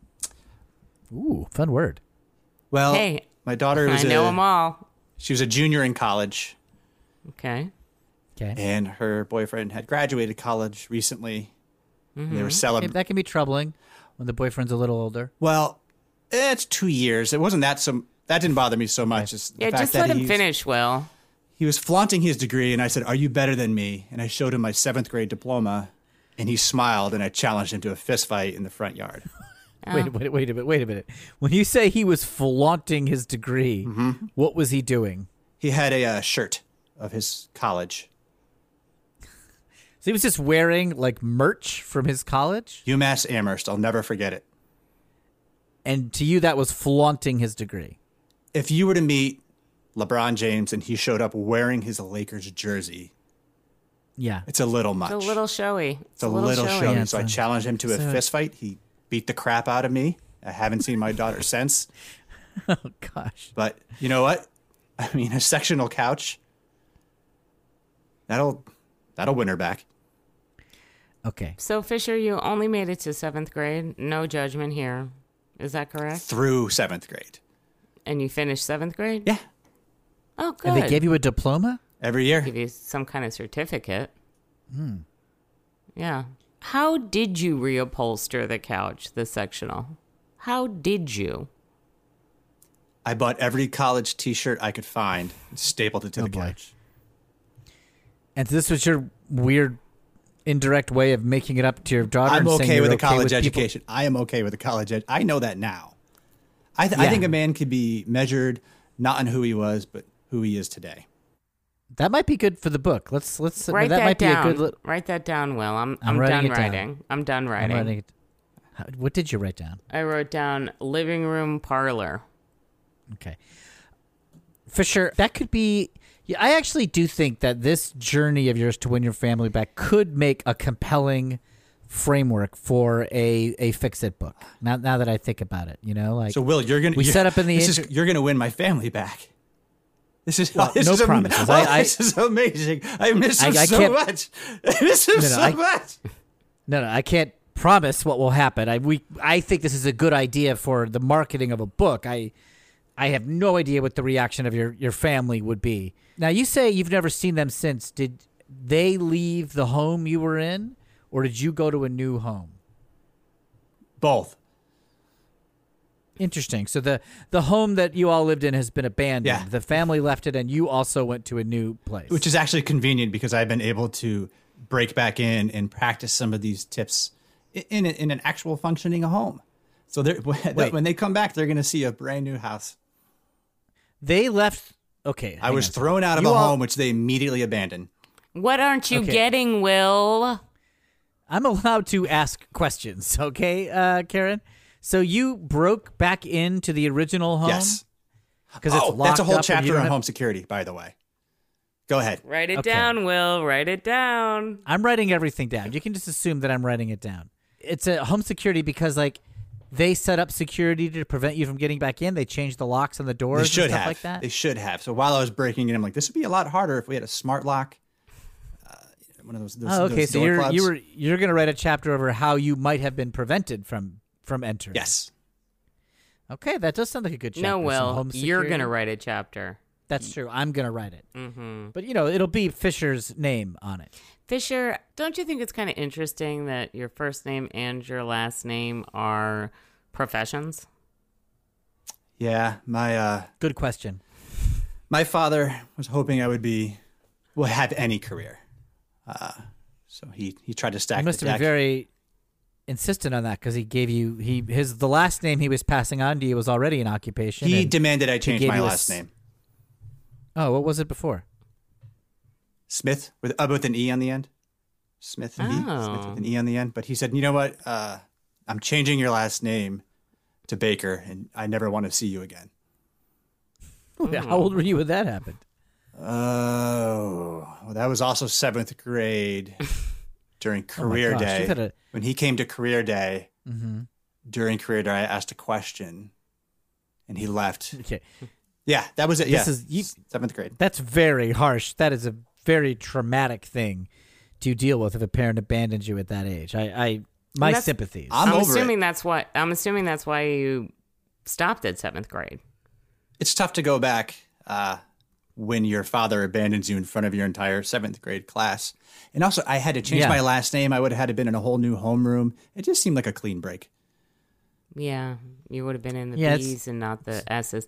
[SPEAKER 2] ooh, fun word?
[SPEAKER 4] Well,
[SPEAKER 3] Hey,
[SPEAKER 4] my daughter
[SPEAKER 3] I
[SPEAKER 4] was
[SPEAKER 3] know
[SPEAKER 4] a,
[SPEAKER 3] them all.
[SPEAKER 4] she was a junior in college,
[SPEAKER 3] Okay.
[SPEAKER 2] Okay,
[SPEAKER 4] and her boyfriend had graduated college recently. and They
[SPEAKER 3] Mm-hmm.
[SPEAKER 4] were
[SPEAKER 2] Okay,
[SPEAKER 4] celebrating.
[SPEAKER 2] that can be troubling when the boyfriend's a little older.
[SPEAKER 4] Well, eh, it's two years. It wasn't that some that didn't bother me so much. as the
[SPEAKER 3] Yeah,
[SPEAKER 4] fact
[SPEAKER 3] just
[SPEAKER 4] that
[SPEAKER 3] let him
[SPEAKER 4] he's-
[SPEAKER 3] finish, Will.
[SPEAKER 4] He was flaunting his degree, and I said, "Are you better than me?" And I showed him my seventh grade diploma, and he smiled, and I challenged him to a fist fight in the front yard.
[SPEAKER 2] Wait, wait, wait a minute, wait a minute. When you say he was flaunting his degree, what was he doing?
[SPEAKER 4] He had a uh, shirt of his college,
[SPEAKER 2] So he was just wearing like merch from his college,
[SPEAKER 4] UMass Amherst. I'll never forget it.
[SPEAKER 2] and to you that was flaunting his degree.
[SPEAKER 4] if you were to meet LeBron James and he showed up wearing his Lakers jersey,
[SPEAKER 2] [LAUGHS] Yeah,
[SPEAKER 4] it's a little much.
[SPEAKER 3] It's a little showy. It's,
[SPEAKER 4] It's a little
[SPEAKER 3] showy.
[SPEAKER 4] showy.
[SPEAKER 2] Yeah,
[SPEAKER 4] so I
[SPEAKER 2] it's a-
[SPEAKER 4] challenged him to a
[SPEAKER 2] it's a-
[SPEAKER 4] fist fight. He beat the crap out of me. I haven't seen
[SPEAKER 2] [LAUGHS]
[SPEAKER 4] my daughter since.
[SPEAKER 2] Oh, gosh,
[SPEAKER 4] But you know what? I mean, a sectional couch. That'll that'll win her back.
[SPEAKER 2] okay.
[SPEAKER 3] So, Fisher, you only made it to seventh grade. No judgment here. Is that correct?
[SPEAKER 4] Through seventh grade.
[SPEAKER 3] And you finished seventh grade?
[SPEAKER 4] Yeah.
[SPEAKER 3] Oh, good.
[SPEAKER 2] And they gave you a diploma.
[SPEAKER 4] Every year.
[SPEAKER 3] give you some kind of certificate.
[SPEAKER 2] Hmm.
[SPEAKER 3] Yeah. How did you reupholster the couch, the sectional? How did you?
[SPEAKER 4] I bought every college t shirt I could find, and stapled it to the
[SPEAKER 2] Oh, boy.
[SPEAKER 4] couch.
[SPEAKER 2] And so this was your weird, indirect way of making it up to your daughter.
[SPEAKER 4] I'm
[SPEAKER 2] and saying
[SPEAKER 4] okay
[SPEAKER 2] you're
[SPEAKER 4] with a
[SPEAKER 2] okay
[SPEAKER 4] college
[SPEAKER 2] with people-
[SPEAKER 4] education. I am okay with a college ed. I know that now. I, th- I
[SPEAKER 2] Yeah.
[SPEAKER 4] think a man could be measured not on who he was, but who he is today.
[SPEAKER 2] That might be good for the book. Let's let's
[SPEAKER 3] Write
[SPEAKER 2] that,
[SPEAKER 3] that,
[SPEAKER 2] might
[SPEAKER 3] down.
[SPEAKER 2] be a good. Li-
[SPEAKER 3] Write that down, Will. I'm
[SPEAKER 2] I'm
[SPEAKER 3] I'm,
[SPEAKER 2] writing
[SPEAKER 3] done
[SPEAKER 2] it down.
[SPEAKER 3] writing. I'm done
[SPEAKER 2] I'm
[SPEAKER 3] writing.
[SPEAKER 2] writing it. How, what did you write down?
[SPEAKER 3] I wrote down living room parlor.
[SPEAKER 2] Okay. For sure. That could be. Yeah, I actually do think that this journey of yours to win your family back could make a compelling framework for a, a fix it book. Now, now that I think about it, you know, like
[SPEAKER 4] So, Will, you're gonna
[SPEAKER 2] We
[SPEAKER 4] you're-
[SPEAKER 2] set up in the
[SPEAKER 4] this is-
[SPEAKER 2] inter-
[SPEAKER 4] you're gonna win my family back. This is
[SPEAKER 2] Well,
[SPEAKER 4] this
[SPEAKER 2] no
[SPEAKER 4] is am-
[SPEAKER 2] promises.
[SPEAKER 4] oh,
[SPEAKER 2] I- I-
[SPEAKER 4] this is amazing. I miss him
[SPEAKER 2] I- I
[SPEAKER 4] so
[SPEAKER 2] can't-
[SPEAKER 4] much. [LAUGHS] I miss him
[SPEAKER 2] No, no,
[SPEAKER 4] so
[SPEAKER 2] I-
[SPEAKER 4] much.
[SPEAKER 2] no, no, I can't promise what will happen. I we I think this is a good idea for the marketing of a book. I I have no idea what the reaction of your your family would be. Now you say you've never seen them since. Did they leave the home you were in, or did you go to a new home?
[SPEAKER 4] Both.
[SPEAKER 2] Interesting. So the the home that you all lived in has been abandoned.
[SPEAKER 4] Yeah.
[SPEAKER 2] The family left it, and you also went to a new place.
[SPEAKER 4] which is actually convenient because I've been able to break back in and practice some of these tips i- in a- in an actual functioning home. So they're, [LAUGHS] when they come back, they're going to see a brand new house.
[SPEAKER 2] they left. Okay,
[SPEAKER 4] I
[SPEAKER 2] hang
[SPEAKER 4] was
[SPEAKER 2] on.
[SPEAKER 4] thrown out of
[SPEAKER 2] You
[SPEAKER 4] a
[SPEAKER 2] all-
[SPEAKER 4] home, which they immediately abandoned.
[SPEAKER 3] What aren't you
[SPEAKER 2] Okay.
[SPEAKER 3] getting, Will?
[SPEAKER 2] I'm allowed to ask questions, [LAUGHS] okay, uh, Karen? So you broke back into the original home
[SPEAKER 4] Yes.
[SPEAKER 2] because
[SPEAKER 4] Oh,
[SPEAKER 2] it's
[SPEAKER 4] that's
[SPEAKER 2] locked
[SPEAKER 4] a whole
[SPEAKER 2] up and you
[SPEAKER 4] chapter
[SPEAKER 2] don't
[SPEAKER 4] on
[SPEAKER 2] have-
[SPEAKER 4] home security, by the way. Go ahead.
[SPEAKER 3] Write it
[SPEAKER 2] Okay.
[SPEAKER 3] down, Will. Write it down.
[SPEAKER 2] I'm writing everything down. You can just assume that I'm writing it down. It's a home security because like they set up security to prevent you from getting back in. They changed the locks on the doors
[SPEAKER 4] They
[SPEAKER 2] and
[SPEAKER 4] should
[SPEAKER 2] stuff
[SPEAKER 4] have.
[SPEAKER 2] like that.
[SPEAKER 4] They should have. So while I was breaking in, I'm like, this would be a lot harder if we had a smart lock. Uh, one of those. those
[SPEAKER 2] oh, okay.
[SPEAKER 4] those
[SPEAKER 2] So
[SPEAKER 4] door
[SPEAKER 2] you're
[SPEAKER 4] clubs.
[SPEAKER 2] you were you're gonna write a chapter over how you might have been prevented from from entering.
[SPEAKER 4] Yes.
[SPEAKER 2] Okay, that does sound like a good chapter.
[SPEAKER 3] no,
[SPEAKER 2] Some
[SPEAKER 3] Will.
[SPEAKER 2] home
[SPEAKER 3] You're
[SPEAKER 2] security.
[SPEAKER 3] gonna write a chapter.
[SPEAKER 2] That's true. I'm gonna write it. Mm-hmm. But you know, it'll be Fisher's name on it.
[SPEAKER 3] Fisher, don't you think it's kind of interesting that your first name and your last name are professions?
[SPEAKER 4] Yeah. My uh,
[SPEAKER 2] Good question.
[SPEAKER 4] my father was hoping I would be, well, have any career. Uh, so he, he tried to stack
[SPEAKER 2] It must
[SPEAKER 4] the
[SPEAKER 2] have
[SPEAKER 4] deck.
[SPEAKER 2] been very insistent on that because he gave you he his the last name he was passing on to you was already an occupation.
[SPEAKER 4] He
[SPEAKER 2] and-
[SPEAKER 4] demanded I change
[SPEAKER 2] gave
[SPEAKER 4] my
[SPEAKER 2] you a
[SPEAKER 4] last
[SPEAKER 2] s-
[SPEAKER 4] name.
[SPEAKER 2] oh, what was it before? [LAUGHS]
[SPEAKER 4] Smith with uh, with an e on the end. Smith, and e. Smith with an
[SPEAKER 2] Oh.
[SPEAKER 4] e on the end. But he said, you know what? Uh, I'm changing your last name to Baker, and I never want to see you again.
[SPEAKER 2] How old were you when that happened?
[SPEAKER 4] Oh, well, that was also seventh
[SPEAKER 2] [LAUGHS]
[SPEAKER 4] grade during career
[SPEAKER 2] Oh gosh,
[SPEAKER 4] day.
[SPEAKER 2] you've had a- Mm-hmm.
[SPEAKER 4] when he came to career day, during career day, I asked a question, and he left.
[SPEAKER 2] Okay,
[SPEAKER 4] Yeah, that was it.
[SPEAKER 2] This
[SPEAKER 4] yeah,
[SPEAKER 2] is- you-
[SPEAKER 4] seventh grade.
[SPEAKER 2] that's very harsh. That is a very traumatic thing to deal with if a parent abandons you at that age. I, I my
[SPEAKER 3] That's-
[SPEAKER 2] sympathies.
[SPEAKER 4] I'm, over
[SPEAKER 3] assuming
[SPEAKER 4] it.
[SPEAKER 3] that's why I'm assuming that's why you stopped at seventh grade.
[SPEAKER 4] It's tough to go back uh, when your father abandons you in front of your entire seventh grade class. And also, I had to change
[SPEAKER 2] Yeah.
[SPEAKER 4] my last name. I would have had to been in a whole new homeroom. It just seemed like a clean break.
[SPEAKER 3] Yeah, you would have been in the
[SPEAKER 2] Yeah, it's-
[SPEAKER 3] B's and not the S's.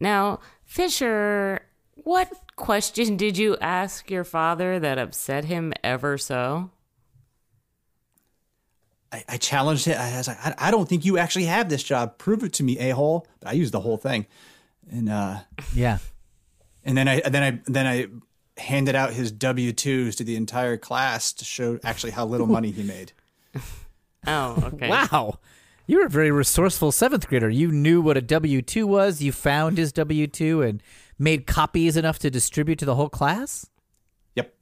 [SPEAKER 3] Now, Fisher, what question did you ask your father that upset him ever so?
[SPEAKER 4] I, I challenged it. I was like, I, I don't think you actually have this job. Prove it to me, a hole. But I used the whole thing, and uh,
[SPEAKER 2] yeah.
[SPEAKER 4] and then I and then I then I handed out his W twos to the entire class to show actually how little money he made.
[SPEAKER 3] Oh, okay.
[SPEAKER 2] [LAUGHS] Wow. You were a very resourceful seventh grader. You knew what a W 2 was. You found his W 2 and made copies enough to distribute to the whole class?
[SPEAKER 4] Yep.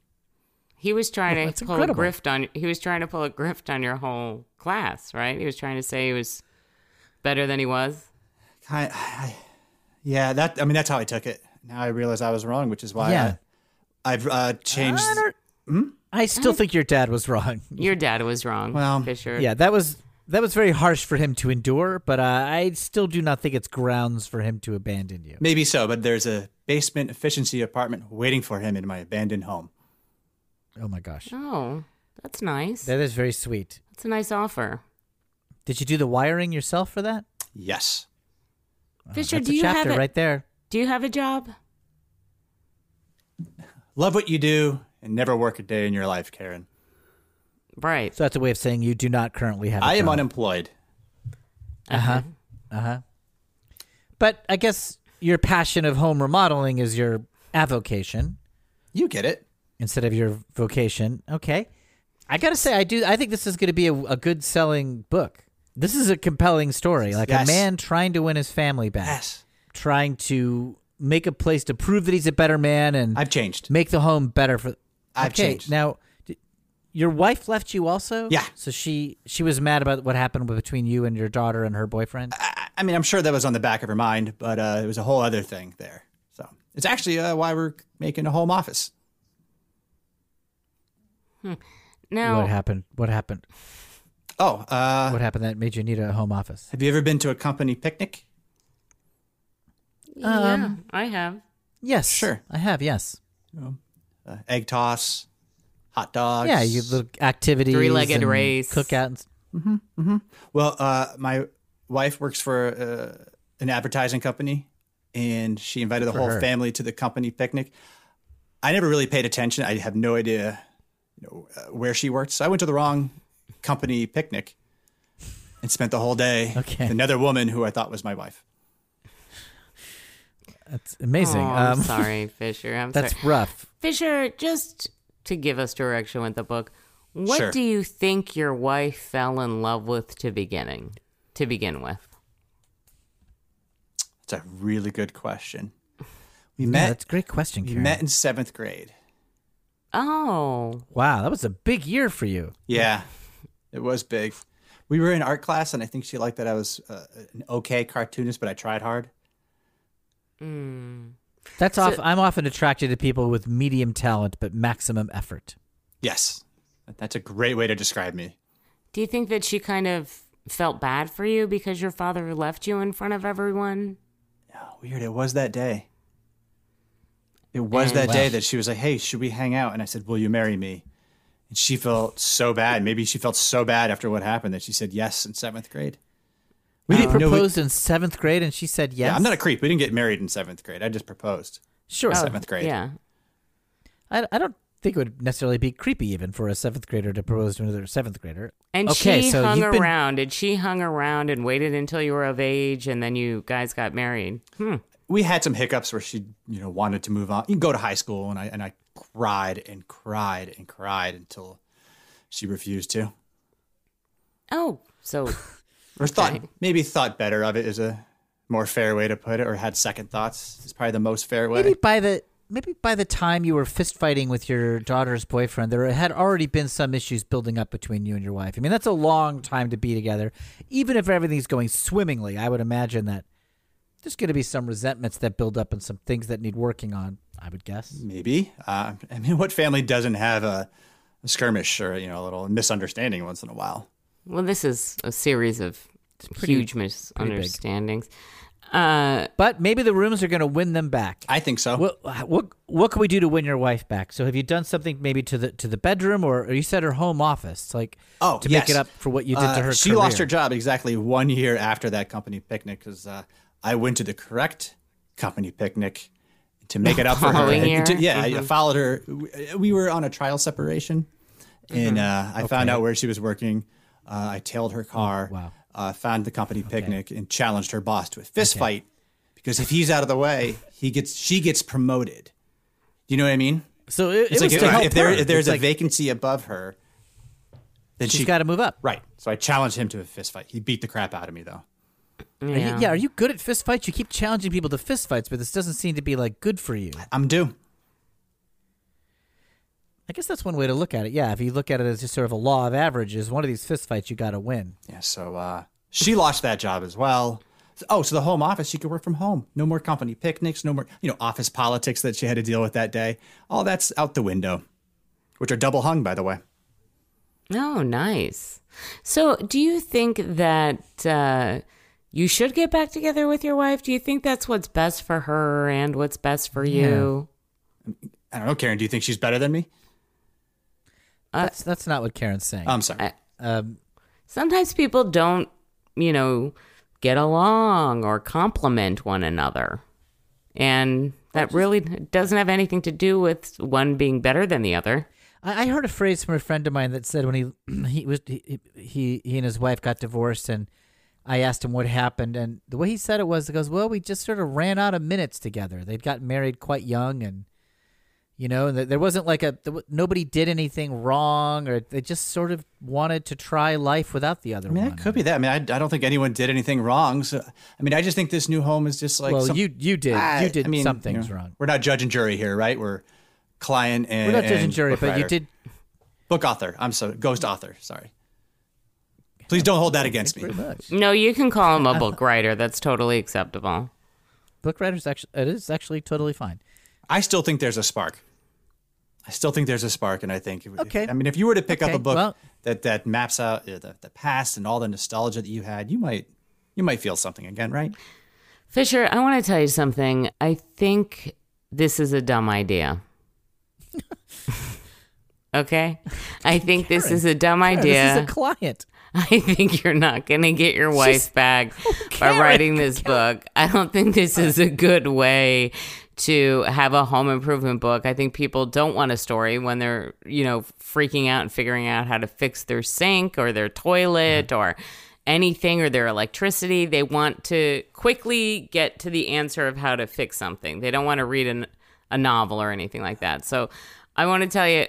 [SPEAKER 3] He was trying
[SPEAKER 2] Well, that's
[SPEAKER 3] to pull
[SPEAKER 2] incredible.
[SPEAKER 3] a grift on he was trying to pull a grift on your whole class, right? He was trying to say he was better than he was.
[SPEAKER 4] I, I, yeah, that I mean that's how I took it. Now I realize I was wrong, which is why
[SPEAKER 2] Yeah.
[SPEAKER 4] I, I've uh, changed.
[SPEAKER 2] I, don't- I still think your dad was wrong.
[SPEAKER 3] Your dad was wrong,
[SPEAKER 4] Well,
[SPEAKER 3] Fisher.
[SPEAKER 2] Yeah, that was that was very harsh for him to endure, but uh, I still do not think it's grounds for him to abandon you.
[SPEAKER 4] Maybe so, but there's a basement efficiency apartment waiting for him in my abandoned home.
[SPEAKER 2] Oh my gosh.
[SPEAKER 3] Oh, that's nice.
[SPEAKER 2] That is very sweet.
[SPEAKER 3] That's a nice offer.
[SPEAKER 2] Did you do the wiring yourself for that?
[SPEAKER 4] Yes.
[SPEAKER 3] Fisher,
[SPEAKER 2] Oh, That's
[SPEAKER 3] do
[SPEAKER 2] a
[SPEAKER 3] you have
[SPEAKER 2] chapter
[SPEAKER 3] a,
[SPEAKER 2] right there.
[SPEAKER 3] Do you have a job?
[SPEAKER 4] Love what you do and never work a day in your life, Karen.
[SPEAKER 3] Right.
[SPEAKER 2] So that's a way of saying you do not currently have. I
[SPEAKER 4] I am unemployed.
[SPEAKER 2] Uh huh. Uh huh. But I guess your passion of home remodeling is your avocation
[SPEAKER 4] You get it.
[SPEAKER 2] instead of your vocation. Okay. I gotta say, I do. I think this is going to be a, a good selling book. This is a compelling story, like
[SPEAKER 4] Yes.
[SPEAKER 2] a man trying to win his family back,
[SPEAKER 4] Yes.
[SPEAKER 2] trying to make a place to prove that he's a better man and
[SPEAKER 4] I've changed.
[SPEAKER 2] make the home better for.
[SPEAKER 4] I've
[SPEAKER 2] okay,
[SPEAKER 4] changed.
[SPEAKER 2] now. d- Your wife left you also.
[SPEAKER 4] Yeah.
[SPEAKER 2] So she she was mad about what happened between you and your daughter and her boyfriend.
[SPEAKER 4] I, I mean, I'm sure that was on the back of her mind, but uh, it was a whole other thing there. So it's actually uh, why we're making a home office.
[SPEAKER 2] What
[SPEAKER 3] Now,
[SPEAKER 2] happened? What happened?
[SPEAKER 4] Oh, uh,
[SPEAKER 2] What happened that made you need a home office?
[SPEAKER 4] have you ever been to a company picnic?
[SPEAKER 3] yeah,
[SPEAKER 2] um,
[SPEAKER 3] I have.
[SPEAKER 2] Yes,
[SPEAKER 4] Sure.
[SPEAKER 2] I have. Yes,
[SPEAKER 4] Uh, egg toss, hot dogs.
[SPEAKER 2] yeah. You the activities,
[SPEAKER 3] Three-legged
[SPEAKER 2] and
[SPEAKER 3] race.
[SPEAKER 2] cookout. and s-
[SPEAKER 4] Well, uh, my wife works for uh, an advertising company, and she invited the whole
[SPEAKER 2] her.
[SPEAKER 4] family to the company picnic. I never really paid attention. I have no idea you know, uh, where she worked, so I went to the wrong company picnic and spent the whole day
[SPEAKER 2] Okay.
[SPEAKER 4] with another woman who I thought was my wife.
[SPEAKER 2] That's amazing.
[SPEAKER 3] Oh, I'm
[SPEAKER 2] um, [LAUGHS]
[SPEAKER 3] sorry, Fisher. I'm
[SPEAKER 2] that's
[SPEAKER 3] sorry.
[SPEAKER 2] rough.
[SPEAKER 3] Fisher, just to give us direction with the book, what
[SPEAKER 4] Sure.
[SPEAKER 3] do you think your wife fell in love with to beginning to begin with?
[SPEAKER 4] That's a really good question. We
[SPEAKER 2] Yeah,
[SPEAKER 4] met.
[SPEAKER 2] that's a great question,
[SPEAKER 4] we
[SPEAKER 2] Karen.
[SPEAKER 4] met in seventh grade.
[SPEAKER 3] Oh.
[SPEAKER 2] wow, that was a big year for you.
[SPEAKER 4] Yeah, it was big. We were in art class, and I think she liked that I was uh, an okay cartoonist, but I tried hard.
[SPEAKER 2] That's off. I'm often attracted to people with medium talent but maximum effort.
[SPEAKER 4] Yes. That's a great way to describe me.
[SPEAKER 3] Do you think that she kind of felt bad for you because your father left you in front of everyone?
[SPEAKER 4] Oh, weird. It was that day. It was
[SPEAKER 3] And-
[SPEAKER 4] that day that she was like, hey, should we hang out? And I said, will you marry me? And she felt so bad. Maybe she felt so bad after what happened that she said yes in seventh grade. We
[SPEAKER 2] You
[SPEAKER 4] didn't know.
[SPEAKER 2] proposed in seventh grade, and she said yes. Oh,
[SPEAKER 4] yeah, I'm not a creep. We didn't get married in seventh grade. I just proposed.
[SPEAKER 2] sure.
[SPEAKER 4] Seventh grade.
[SPEAKER 3] Yeah.
[SPEAKER 2] I, I don't think it would necessarily be creepy even for a seventh grader to propose to another seventh grader.
[SPEAKER 3] And
[SPEAKER 2] okay,
[SPEAKER 3] she
[SPEAKER 2] so
[SPEAKER 3] hung
[SPEAKER 2] you've been-
[SPEAKER 3] around, and she hung around and waited until you were of age, and then you guys got married. Hmm.
[SPEAKER 4] we had some hiccups where she you know wanted to move on you can go to high school and i and i cried and cried and cried until she refused to
[SPEAKER 3] Oh,
[SPEAKER 2] [LAUGHS]
[SPEAKER 3] so
[SPEAKER 4] or thought maybe thought better of it is a more fair way to put it or had second thoughts is probably the most fair way
[SPEAKER 2] maybe by the maybe by the time you were fist fighting with your daughter's boyfriend, there had already been some issues building up between you and your wife. I mean, that's a long time to be together, even if everything's going swimmingly. I would imagine that there's going to be some resentments that build up and some things that need working on. I would guess.
[SPEAKER 4] maybe uh, i mean what family doesn't have a, a skirmish or you know a little misunderstanding once in a while
[SPEAKER 3] well, this is a series of
[SPEAKER 2] pretty-
[SPEAKER 3] huge misunderstandings. Uh,
[SPEAKER 2] But maybe the rooms are going to win them back.
[SPEAKER 4] i think so
[SPEAKER 2] What what what can we do to win your wife back? So have you done something maybe to the to the bedroom or, or you said her home office like
[SPEAKER 4] Oh,
[SPEAKER 2] to
[SPEAKER 4] yes.
[SPEAKER 2] make it up for what you did
[SPEAKER 4] Uh,
[SPEAKER 2] to her?
[SPEAKER 4] She lost her
[SPEAKER 2] career?
[SPEAKER 4] job exactly one year after that company picnic because uh, I went to the correct company picnic to make it up for her.
[SPEAKER 3] Following
[SPEAKER 4] And
[SPEAKER 3] year? Mm-hmm.
[SPEAKER 4] to- yeah, I followed her. We- We were on a trial separation, and uh,
[SPEAKER 3] Mm-hmm.
[SPEAKER 4] I found out where she was working. Uh, I tailed her car.
[SPEAKER 2] wow.
[SPEAKER 4] Uh, found the company picnic and challenged her boss to a fist fight because if he's out of the way, he gets she gets promoted. You know what I mean?
[SPEAKER 2] So it, it
[SPEAKER 4] It's
[SPEAKER 2] was
[SPEAKER 4] like
[SPEAKER 2] to
[SPEAKER 4] if,
[SPEAKER 2] help
[SPEAKER 4] if there,
[SPEAKER 2] her.
[SPEAKER 4] if
[SPEAKER 2] It's
[SPEAKER 4] there's a
[SPEAKER 2] like,
[SPEAKER 4] vacancy above her, then
[SPEAKER 2] she's
[SPEAKER 4] she
[SPEAKER 2] got to move up.
[SPEAKER 4] Right. So I challenged him to a fist fight. He beat the crap out of me though.
[SPEAKER 2] Are you- Uh, yeah, are you good at fist fights? You keep challenging people to fist fights, but this doesn't seem to be like good for you.
[SPEAKER 4] I'm due.
[SPEAKER 2] I guess that's one way to look at it. Yeah, if you look at it as just sort of a law of averages, one of these fist fights you got to win.
[SPEAKER 4] Yeah, so uh, she lost that job as well. So- Oh, so the home office, she could work from home. No more company picnics, no more, you know, office politics that she had to deal with that day. All that's out the window. Which are double hung, by the way.
[SPEAKER 3] oh, nice. So, do you think that uh, you should get back together with your wife? Do you think that's what's best for her and what's best for you?
[SPEAKER 4] I don't know, Karen, do you think she's better than me?
[SPEAKER 2] that's that's not what Karen's saying.
[SPEAKER 4] Oh, I'm sorry.
[SPEAKER 3] Sometimes people don't, you know, get along or compliment one another. And that really doesn't have anything to do with one being better than the other.
[SPEAKER 2] I, I heard a phrase from a friend of mine that said when he [CLEARS THROAT] he was he, he he and his wife got divorced, and I asked him what happened, and the way he said it was, he goes, "Well, we just sort of ran out of minutes together. They'd gotten married quite young, and you know, th- there wasn't like a there wa- nobody did anything wrong, or they just sort of wanted to try life without the other
[SPEAKER 4] I mean,
[SPEAKER 2] one."
[SPEAKER 4] it could be that. I mean, I, I don't think anyone did anything wrong. So, I mean, I just think this new home is just like
[SPEAKER 2] well,
[SPEAKER 4] some-
[SPEAKER 2] you you did
[SPEAKER 4] I-
[SPEAKER 2] you did
[SPEAKER 4] I mean,
[SPEAKER 2] some
[SPEAKER 4] you
[SPEAKER 2] things
[SPEAKER 4] know,
[SPEAKER 2] wrong.
[SPEAKER 4] We're not judge and jury here, right? We're client and
[SPEAKER 2] We're not judging
[SPEAKER 4] and
[SPEAKER 2] jury,
[SPEAKER 4] book
[SPEAKER 2] but you
[SPEAKER 4] writer.
[SPEAKER 2] did
[SPEAKER 4] book author. I'm so ghost author. Sorry. Please don't hold that against me.
[SPEAKER 2] pretty much.
[SPEAKER 3] No, you can call him a book writer. That's totally acceptable.
[SPEAKER 2] Book writers actually it is actually totally fine.
[SPEAKER 4] I still think there's a spark. I still think there's a spark, and I think.
[SPEAKER 2] Okay.
[SPEAKER 4] I mean, if you were to pick up
[SPEAKER 2] Okay,
[SPEAKER 4] a book
[SPEAKER 2] well-
[SPEAKER 4] that that maps out uh, the, the past and all the nostalgia that you had, you might you might feel something again, right?
[SPEAKER 3] Fisher, I want to tell you something. I think this is a dumb
[SPEAKER 2] [LAUGHS]
[SPEAKER 3] idea. okay? I think this is a dumb
[SPEAKER 2] Karen,
[SPEAKER 3] idea.
[SPEAKER 2] This is a client.
[SPEAKER 3] [LAUGHS] I think you're not going to get your wife
[SPEAKER 2] [LAUGHS]
[SPEAKER 3] back by writing this book. I don't think this is a good way to have a home improvement book. I think people don't want a story when they're, you know, freaking out and figuring out how to fix their sink or their toilet or anything or their electricity. They want to quickly get to the answer of how to fix something. They don't want to read an, a novel or anything like that. So I want to tell you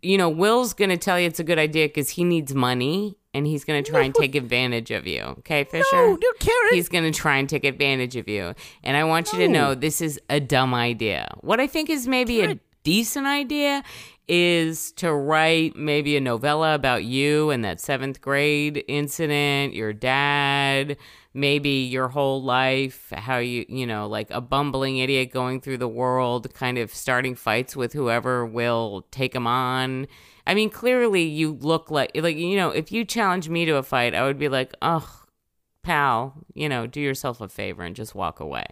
[SPEAKER 3] you know, Will's going to tell you it's a good idea because he needs money and he's going to try and take advantage of you. Okay, Fisher?
[SPEAKER 2] No, Oh, no, Karen.
[SPEAKER 3] He's going to try and take advantage of you. And I want you to know this is a dumb idea. What I think is maybe a decent idea is to write maybe a novella about you and that seventh grade incident, your dad, maybe your whole life, how you, you know, like a bumbling idiot going through the world, kind of starting fights with whoever will take him on. I mean, clearly you look like, like, you know, if you challenge me to a fight, I would be like, oh, pal, you know, do yourself a favor and just walk away.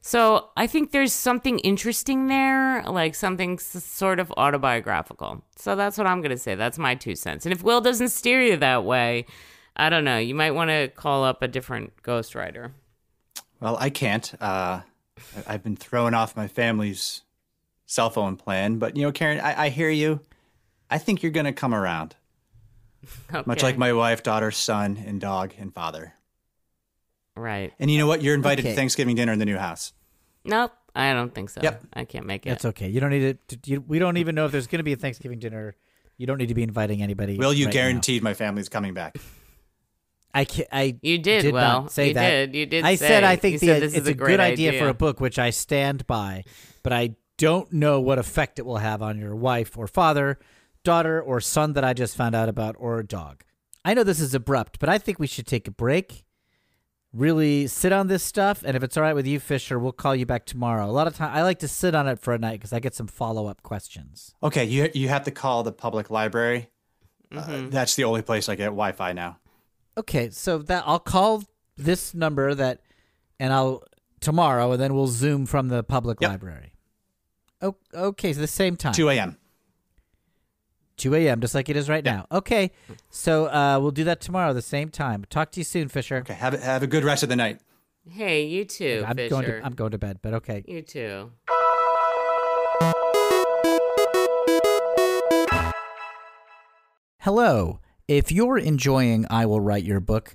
[SPEAKER 3] So I think there's something interesting there, like something s- sort of autobiographical. So that's what I'm going to say. That's my two cents. And if Will doesn't steer you that way, I don't know. You might want to call up a different ghostwriter.
[SPEAKER 4] Well, I can't. Uh, I- I've been thrown off my family's cell phone plan. But you know, Karen, I, I hear you. I think you're gonna come around, much like my wife, daughter, son, and dog, and father.
[SPEAKER 3] Right.
[SPEAKER 4] And you know what? You're invited
[SPEAKER 2] Okay.
[SPEAKER 4] to Thanksgiving dinner in the new house.
[SPEAKER 3] Nope. I don't think so.
[SPEAKER 4] Yep.
[SPEAKER 3] I can't make it.
[SPEAKER 2] That's okay. You don't need to. to- You, we don't even know if there's going to be a Thanksgiving dinner. You don't need to be inviting anybody.
[SPEAKER 4] Will you
[SPEAKER 2] right now.
[SPEAKER 4] guaranteed my family's coming back?
[SPEAKER 2] I can I
[SPEAKER 3] You did,
[SPEAKER 2] did
[SPEAKER 3] Will.
[SPEAKER 2] not say
[SPEAKER 3] You
[SPEAKER 2] that.
[SPEAKER 3] did. You did
[SPEAKER 2] I
[SPEAKER 3] say-
[SPEAKER 2] said I
[SPEAKER 3] you
[SPEAKER 2] think the,
[SPEAKER 3] said this
[SPEAKER 2] it's
[SPEAKER 3] is
[SPEAKER 2] a,
[SPEAKER 3] a
[SPEAKER 2] good
[SPEAKER 3] great
[SPEAKER 2] idea, for
[SPEAKER 3] idea.
[SPEAKER 2] a book, which I stand by, but I don't know what effect it will have on your wife or father, daughter or son that I just found out about, or dog. I know this is abrupt, but I think we should take a break. Really sit on this stuff, and if it's all right with you, Fisher, we'll call you back tomorrow. A lot of time, I like to sit on it for a night because I get some follow up questions.
[SPEAKER 4] Okay, you you have to call the public library. Uh, that's the only place I get Wi-Fi now.
[SPEAKER 2] Okay, so that I'll call this number that, and I'll tomorrow, and then we'll zoom from the public
[SPEAKER 4] Yep.
[SPEAKER 2] library. Oh, okay, so the same time,
[SPEAKER 4] Two a.m.
[SPEAKER 2] 2 a.m., just like it is right
[SPEAKER 4] Yeah.
[SPEAKER 2] now. Okay, so uh, we'll do that tomorrow, the same time. Talk to you soon, Fisher.
[SPEAKER 4] Okay, have a- have a good rest of the night.
[SPEAKER 3] Hey, you too,
[SPEAKER 2] I'm
[SPEAKER 3] Fisher.
[SPEAKER 2] going to I'm going to bed, but okay.
[SPEAKER 3] you too.
[SPEAKER 2] Hello. If you're enjoying I Will Write Your Book,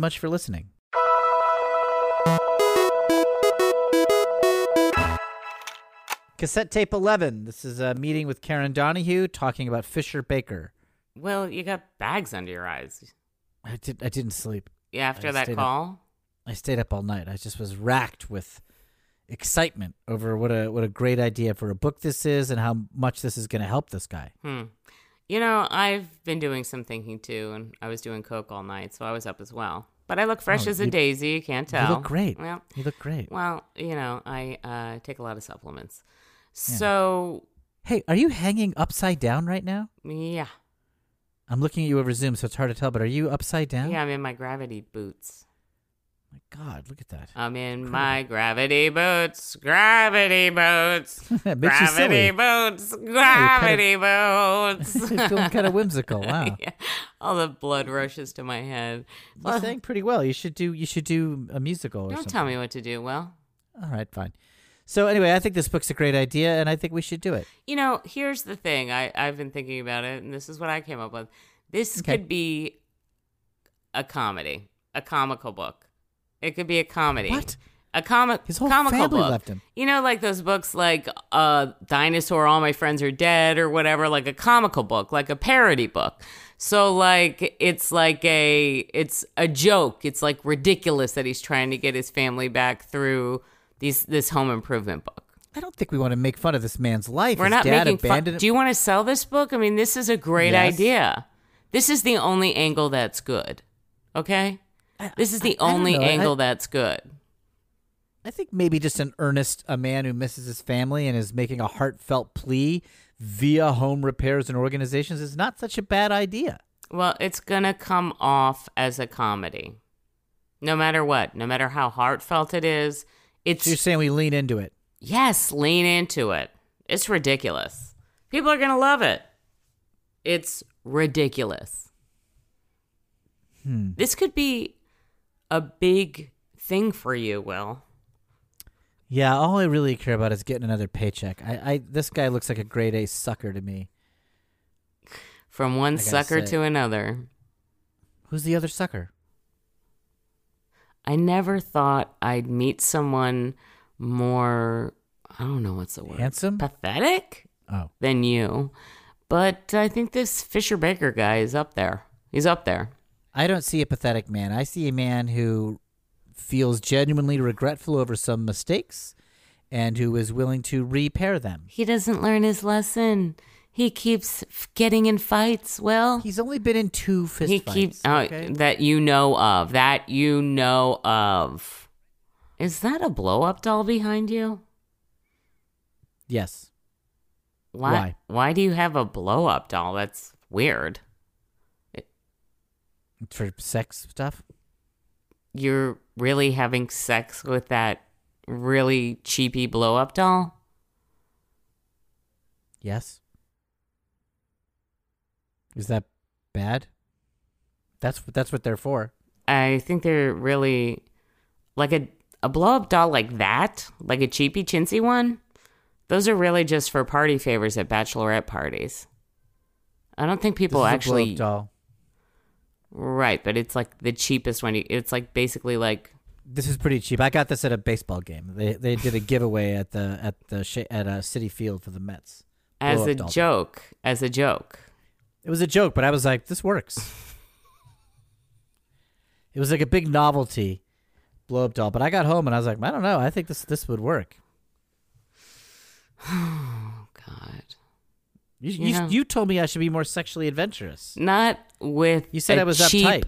[SPEAKER 2] much for listening. Cassette tape 11. This is a meeting with Karen Donahue talking about Fisher Baker.
[SPEAKER 3] Well, you got bags under your eyes.
[SPEAKER 2] I, did, I didn't sleep.
[SPEAKER 3] Yeah, after
[SPEAKER 2] I
[SPEAKER 3] that
[SPEAKER 2] stayed up-
[SPEAKER 3] call.
[SPEAKER 2] I stayed up all night. I just was racked with excitement over what a what a great idea for a book this is and how much this is going to help this guy.
[SPEAKER 3] Hmm. You know, I've been doing some thinking too, and I was doing coke all night, so I was up as well. But I look fresh
[SPEAKER 2] Oh,
[SPEAKER 3] as a
[SPEAKER 2] you-
[SPEAKER 3] daisy. You can't tell.
[SPEAKER 2] You look great.
[SPEAKER 3] Well,
[SPEAKER 2] You look great.
[SPEAKER 3] well, you know, I uh, take a lot of supplements. So
[SPEAKER 2] Hey, are you hanging upside down right now?
[SPEAKER 3] yeah,
[SPEAKER 2] I'm looking at you over Zoom, so it's hard to tell, but are you upside down?
[SPEAKER 3] yeah, I'm in my gravity boots.
[SPEAKER 2] My God, look at that. [LAUGHS]
[SPEAKER 3] I'm in my gravity boots,
[SPEAKER 2] [LAUGHS]
[SPEAKER 3] gravity boots,
[SPEAKER 2] It makes you silly.
[SPEAKER 3] gravity boots, gravity
[SPEAKER 2] [LAUGHS]
[SPEAKER 3] boots.
[SPEAKER 2] You're feeling
[SPEAKER 3] [LAUGHS]
[SPEAKER 2] kind of whimsical. Wow.
[SPEAKER 3] Yeah. All the blood rushes to my head.
[SPEAKER 2] You sang pretty well. You should do you should do a musical or
[SPEAKER 3] Don't
[SPEAKER 2] something.
[SPEAKER 3] tell me what to do. Well,
[SPEAKER 2] All right, fine. So anyway, I think this book's a great idea and I think we should do it.
[SPEAKER 3] you know, here's the thing. I, I've been thinking about it, and this is what I came up with. This
[SPEAKER 2] Okay.
[SPEAKER 3] could be a comedy, a comical book. It could be a comedy.
[SPEAKER 2] What?
[SPEAKER 3] A comic
[SPEAKER 2] His whole
[SPEAKER 3] comical
[SPEAKER 2] family
[SPEAKER 3] book.
[SPEAKER 2] left him.
[SPEAKER 3] You know, like those books like uh Dinosaur All My Friends Are Dead or whatever, like a comical book, like a parody book. So like it's like a it's a joke. It's like ridiculous that he's trying to get his family back through these this home improvement book.
[SPEAKER 2] I don't think we want to make fun of this man's life.
[SPEAKER 3] We're
[SPEAKER 2] His
[SPEAKER 3] not
[SPEAKER 2] dad
[SPEAKER 3] making fun.
[SPEAKER 2] abandoned
[SPEAKER 3] Do you want to sell this book? I mean, this is a great
[SPEAKER 2] Yes.
[SPEAKER 3] idea. This is the only angle that's good. Okay? This is the
[SPEAKER 2] I don't
[SPEAKER 3] only
[SPEAKER 2] know. I-
[SPEAKER 3] angle that's good.
[SPEAKER 2] I think maybe just an earnest a man who misses his family and is making a heartfelt plea via home repairs and organizations is not such a bad idea.
[SPEAKER 3] Well, it's going to come off as a comedy. No matter what, no matter how heartfelt it is, it's
[SPEAKER 2] So you're saying we lean into it.
[SPEAKER 3] yes, lean into it. It's ridiculous. People are going to love it. It's ridiculous.
[SPEAKER 2] Hmm.
[SPEAKER 3] This could be a big thing for you, Will.
[SPEAKER 2] Yeah, all I really care about is getting another paycheck. I, I this guy looks like a grade A sucker to me.
[SPEAKER 3] From one
[SPEAKER 2] gotta
[SPEAKER 3] sucker
[SPEAKER 2] say.
[SPEAKER 3] to another.
[SPEAKER 2] Who's the other sucker?
[SPEAKER 3] I never thought I'd meet someone more, I don't know what's the word,
[SPEAKER 2] Handsome?
[SPEAKER 3] pathetic
[SPEAKER 2] Oh,
[SPEAKER 3] than you. But I think this Fisher Baker guy is up there. He's up there.
[SPEAKER 2] I don't see a pathetic man. I see a man who feels genuinely regretful over some mistakes and who is willing to repair them.
[SPEAKER 3] He doesn't learn his lesson. He keeps f- getting in fights, Will.
[SPEAKER 2] He's only been in two fist
[SPEAKER 3] he
[SPEAKER 2] fights.
[SPEAKER 3] keeps oh,
[SPEAKER 2] okay?
[SPEAKER 3] that you know of. That you know of. Is that a blow up doll behind you?
[SPEAKER 2] Yes.
[SPEAKER 3] Why,
[SPEAKER 2] Why?
[SPEAKER 3] Why do you have a blow up doll? That's weird.
[SPEAKER 2] for sex stuff.
[SPEAKER 3] You're really having sex with that really cheapy blow up doll?
[SPEAKER 2] Yes. Is that bad? That's that's what they're for.
[SPEAKER 3] I think they're really like a a blow up doll like that, like a cheapy chintzy one. Those are really just for party favors at bachelorette parties. I don't think people
[SPEAKER 2] This is a
[SPEAKER 3] actually
[SPEAKER 2] blow-up doll.
[SPEAKER 3] right, but it's like the cheapest one. You, it's like basically like
[SPEAKER 2] This is pretty cheap. I got this at a baseball game. They they did a giveaway at the at the sh- at a city field for the Mets.
[SPEAKER 3] as
[SPEAKER 2] Blow-up
[SPEAKER 3] a
[SPEAKER 2] doll.
[SPEAKER 3] joke, as a joke.
[SPEAKER 2] It was a joke, but I was like, this
[SPEAKER 3] [LAUGHS]
[SPEAKER 2] works. it was like a big novelty blow up doll. But I got home and I was like, I don't know. I think this this would work.
[SPEAKER 3] Oh God,
[SPEAKER 2] You
[SPEAKER 3] You
[SPEAKER 2] you,
[SPEAKER 3] know.
[SPEAKER 2] you told me I should be more sexually adventurous.
[SPEAKER 3] not with
[SPEAKER 2] You said
[SPEAKER 3] a
[SPEAKER 2] I was
[SPEAKER 3] cheap,
[SPEAKER 2] uptight.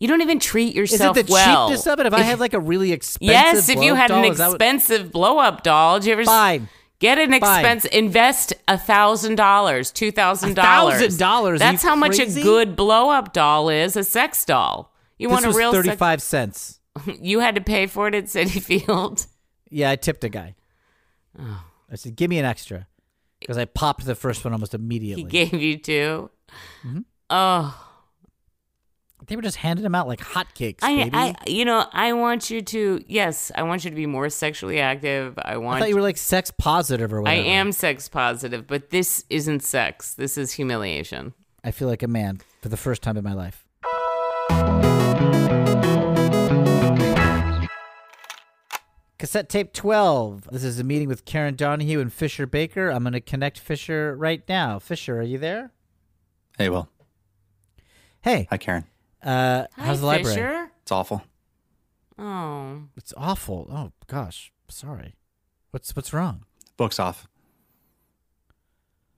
[SPEAKER 3] You don't even
[SPEAKER 2] Is
[SPEAKER 3] treat
[SPEAKER 2] it
[SPEAKER 3] yourself
[SPEAKER 2] the
[SPEAKER 3] well.
[SPEAKER 2] cheapness of it? If I had like a really expensive
[SPEAKER 3] yes, if you
[SPEAKER 2] blow-up
[SPEAKER 3] had
[SPEAKER 2] doll,
[SPEAKER 3] an
[SPEAKER 2] is that what-
[SPEAKER 3] expensive blow up doll, did you ever s-
[SPEAKER 2] fine.
[SPEAKER 3] Get an
[SPEAKER 2] Fine.
[SPEAKER 3] expense. Invest a thousand dollars, two thousand dollars,
[SPEAKER 2] $1,000? Are
[SPEAKER 3] That's
[SPEAKER 2] you
[SPEAKER 3] how much
[SPEAKER 2] crazy?
[SPEAKER 3] a good blow up doll is. A sex doll. You
[SPEAKER 2] This
[SPEAKER 3] want a
[SPEAKER 2] was
[SPEAKER 3] real sex-
[SPEAKER 2] thirty-five cents.
[SPEAKER 3] [LAUGHS] You had to pay for it at City Field. [LAUGHS]
[SPEAKER 2] Yeah, I tipped a guy.
[SPEAKER 3] Oh.
[SPEAKER 2] I said, "Give me an extra," because I popped the first one almost immediately.
[SPEAKER 3] He gave you 2
[SPEAKER 2] Mm-hmm.
[SPEAKER 3] Oh,
[SPEAKER 2] they were just handing them out like hotcakes,
[SPEAKER 3] I,
[SPEAKER 2] baby.
[SPEAKER 3] I, you know, I want you to. Yes, I want you to be more sexually active. I
[SPEAKER 2] I
[SPEAKER 3] want.
[SPEAKER 2] thought you were like sex positive or
[SPEAKER 3] I
[SPEAKER 2] whatever.
[SPEAKER 3] am sex positive, but this isn't sex. This is humiliation.
[SPEAKER 2] I feel like a man for the first time in my life. Cassette tape 12. This is a meeting with Karen Donahue and Fisher Baker. I'm going to connect Fisher right now. Fisher, are you there?
[SPEAKER 4] Hey, Will.
[SPEAKER 2] Hey,
[SPEAKER 4] Hi, Karen.
[SPEAKER 2] uh,
[SPEAKER 3] Hi,
[SPEAKER 2] how's the library?
[SPEAKER 3] Fisher.
[SPEAKER 4] It's awful.
[SPEAKER 3] Oh,
[SPEAKER 2] It's awful. Oh gosh, sorry. What's what's wrong?
[SPEAKER 4] Book's off.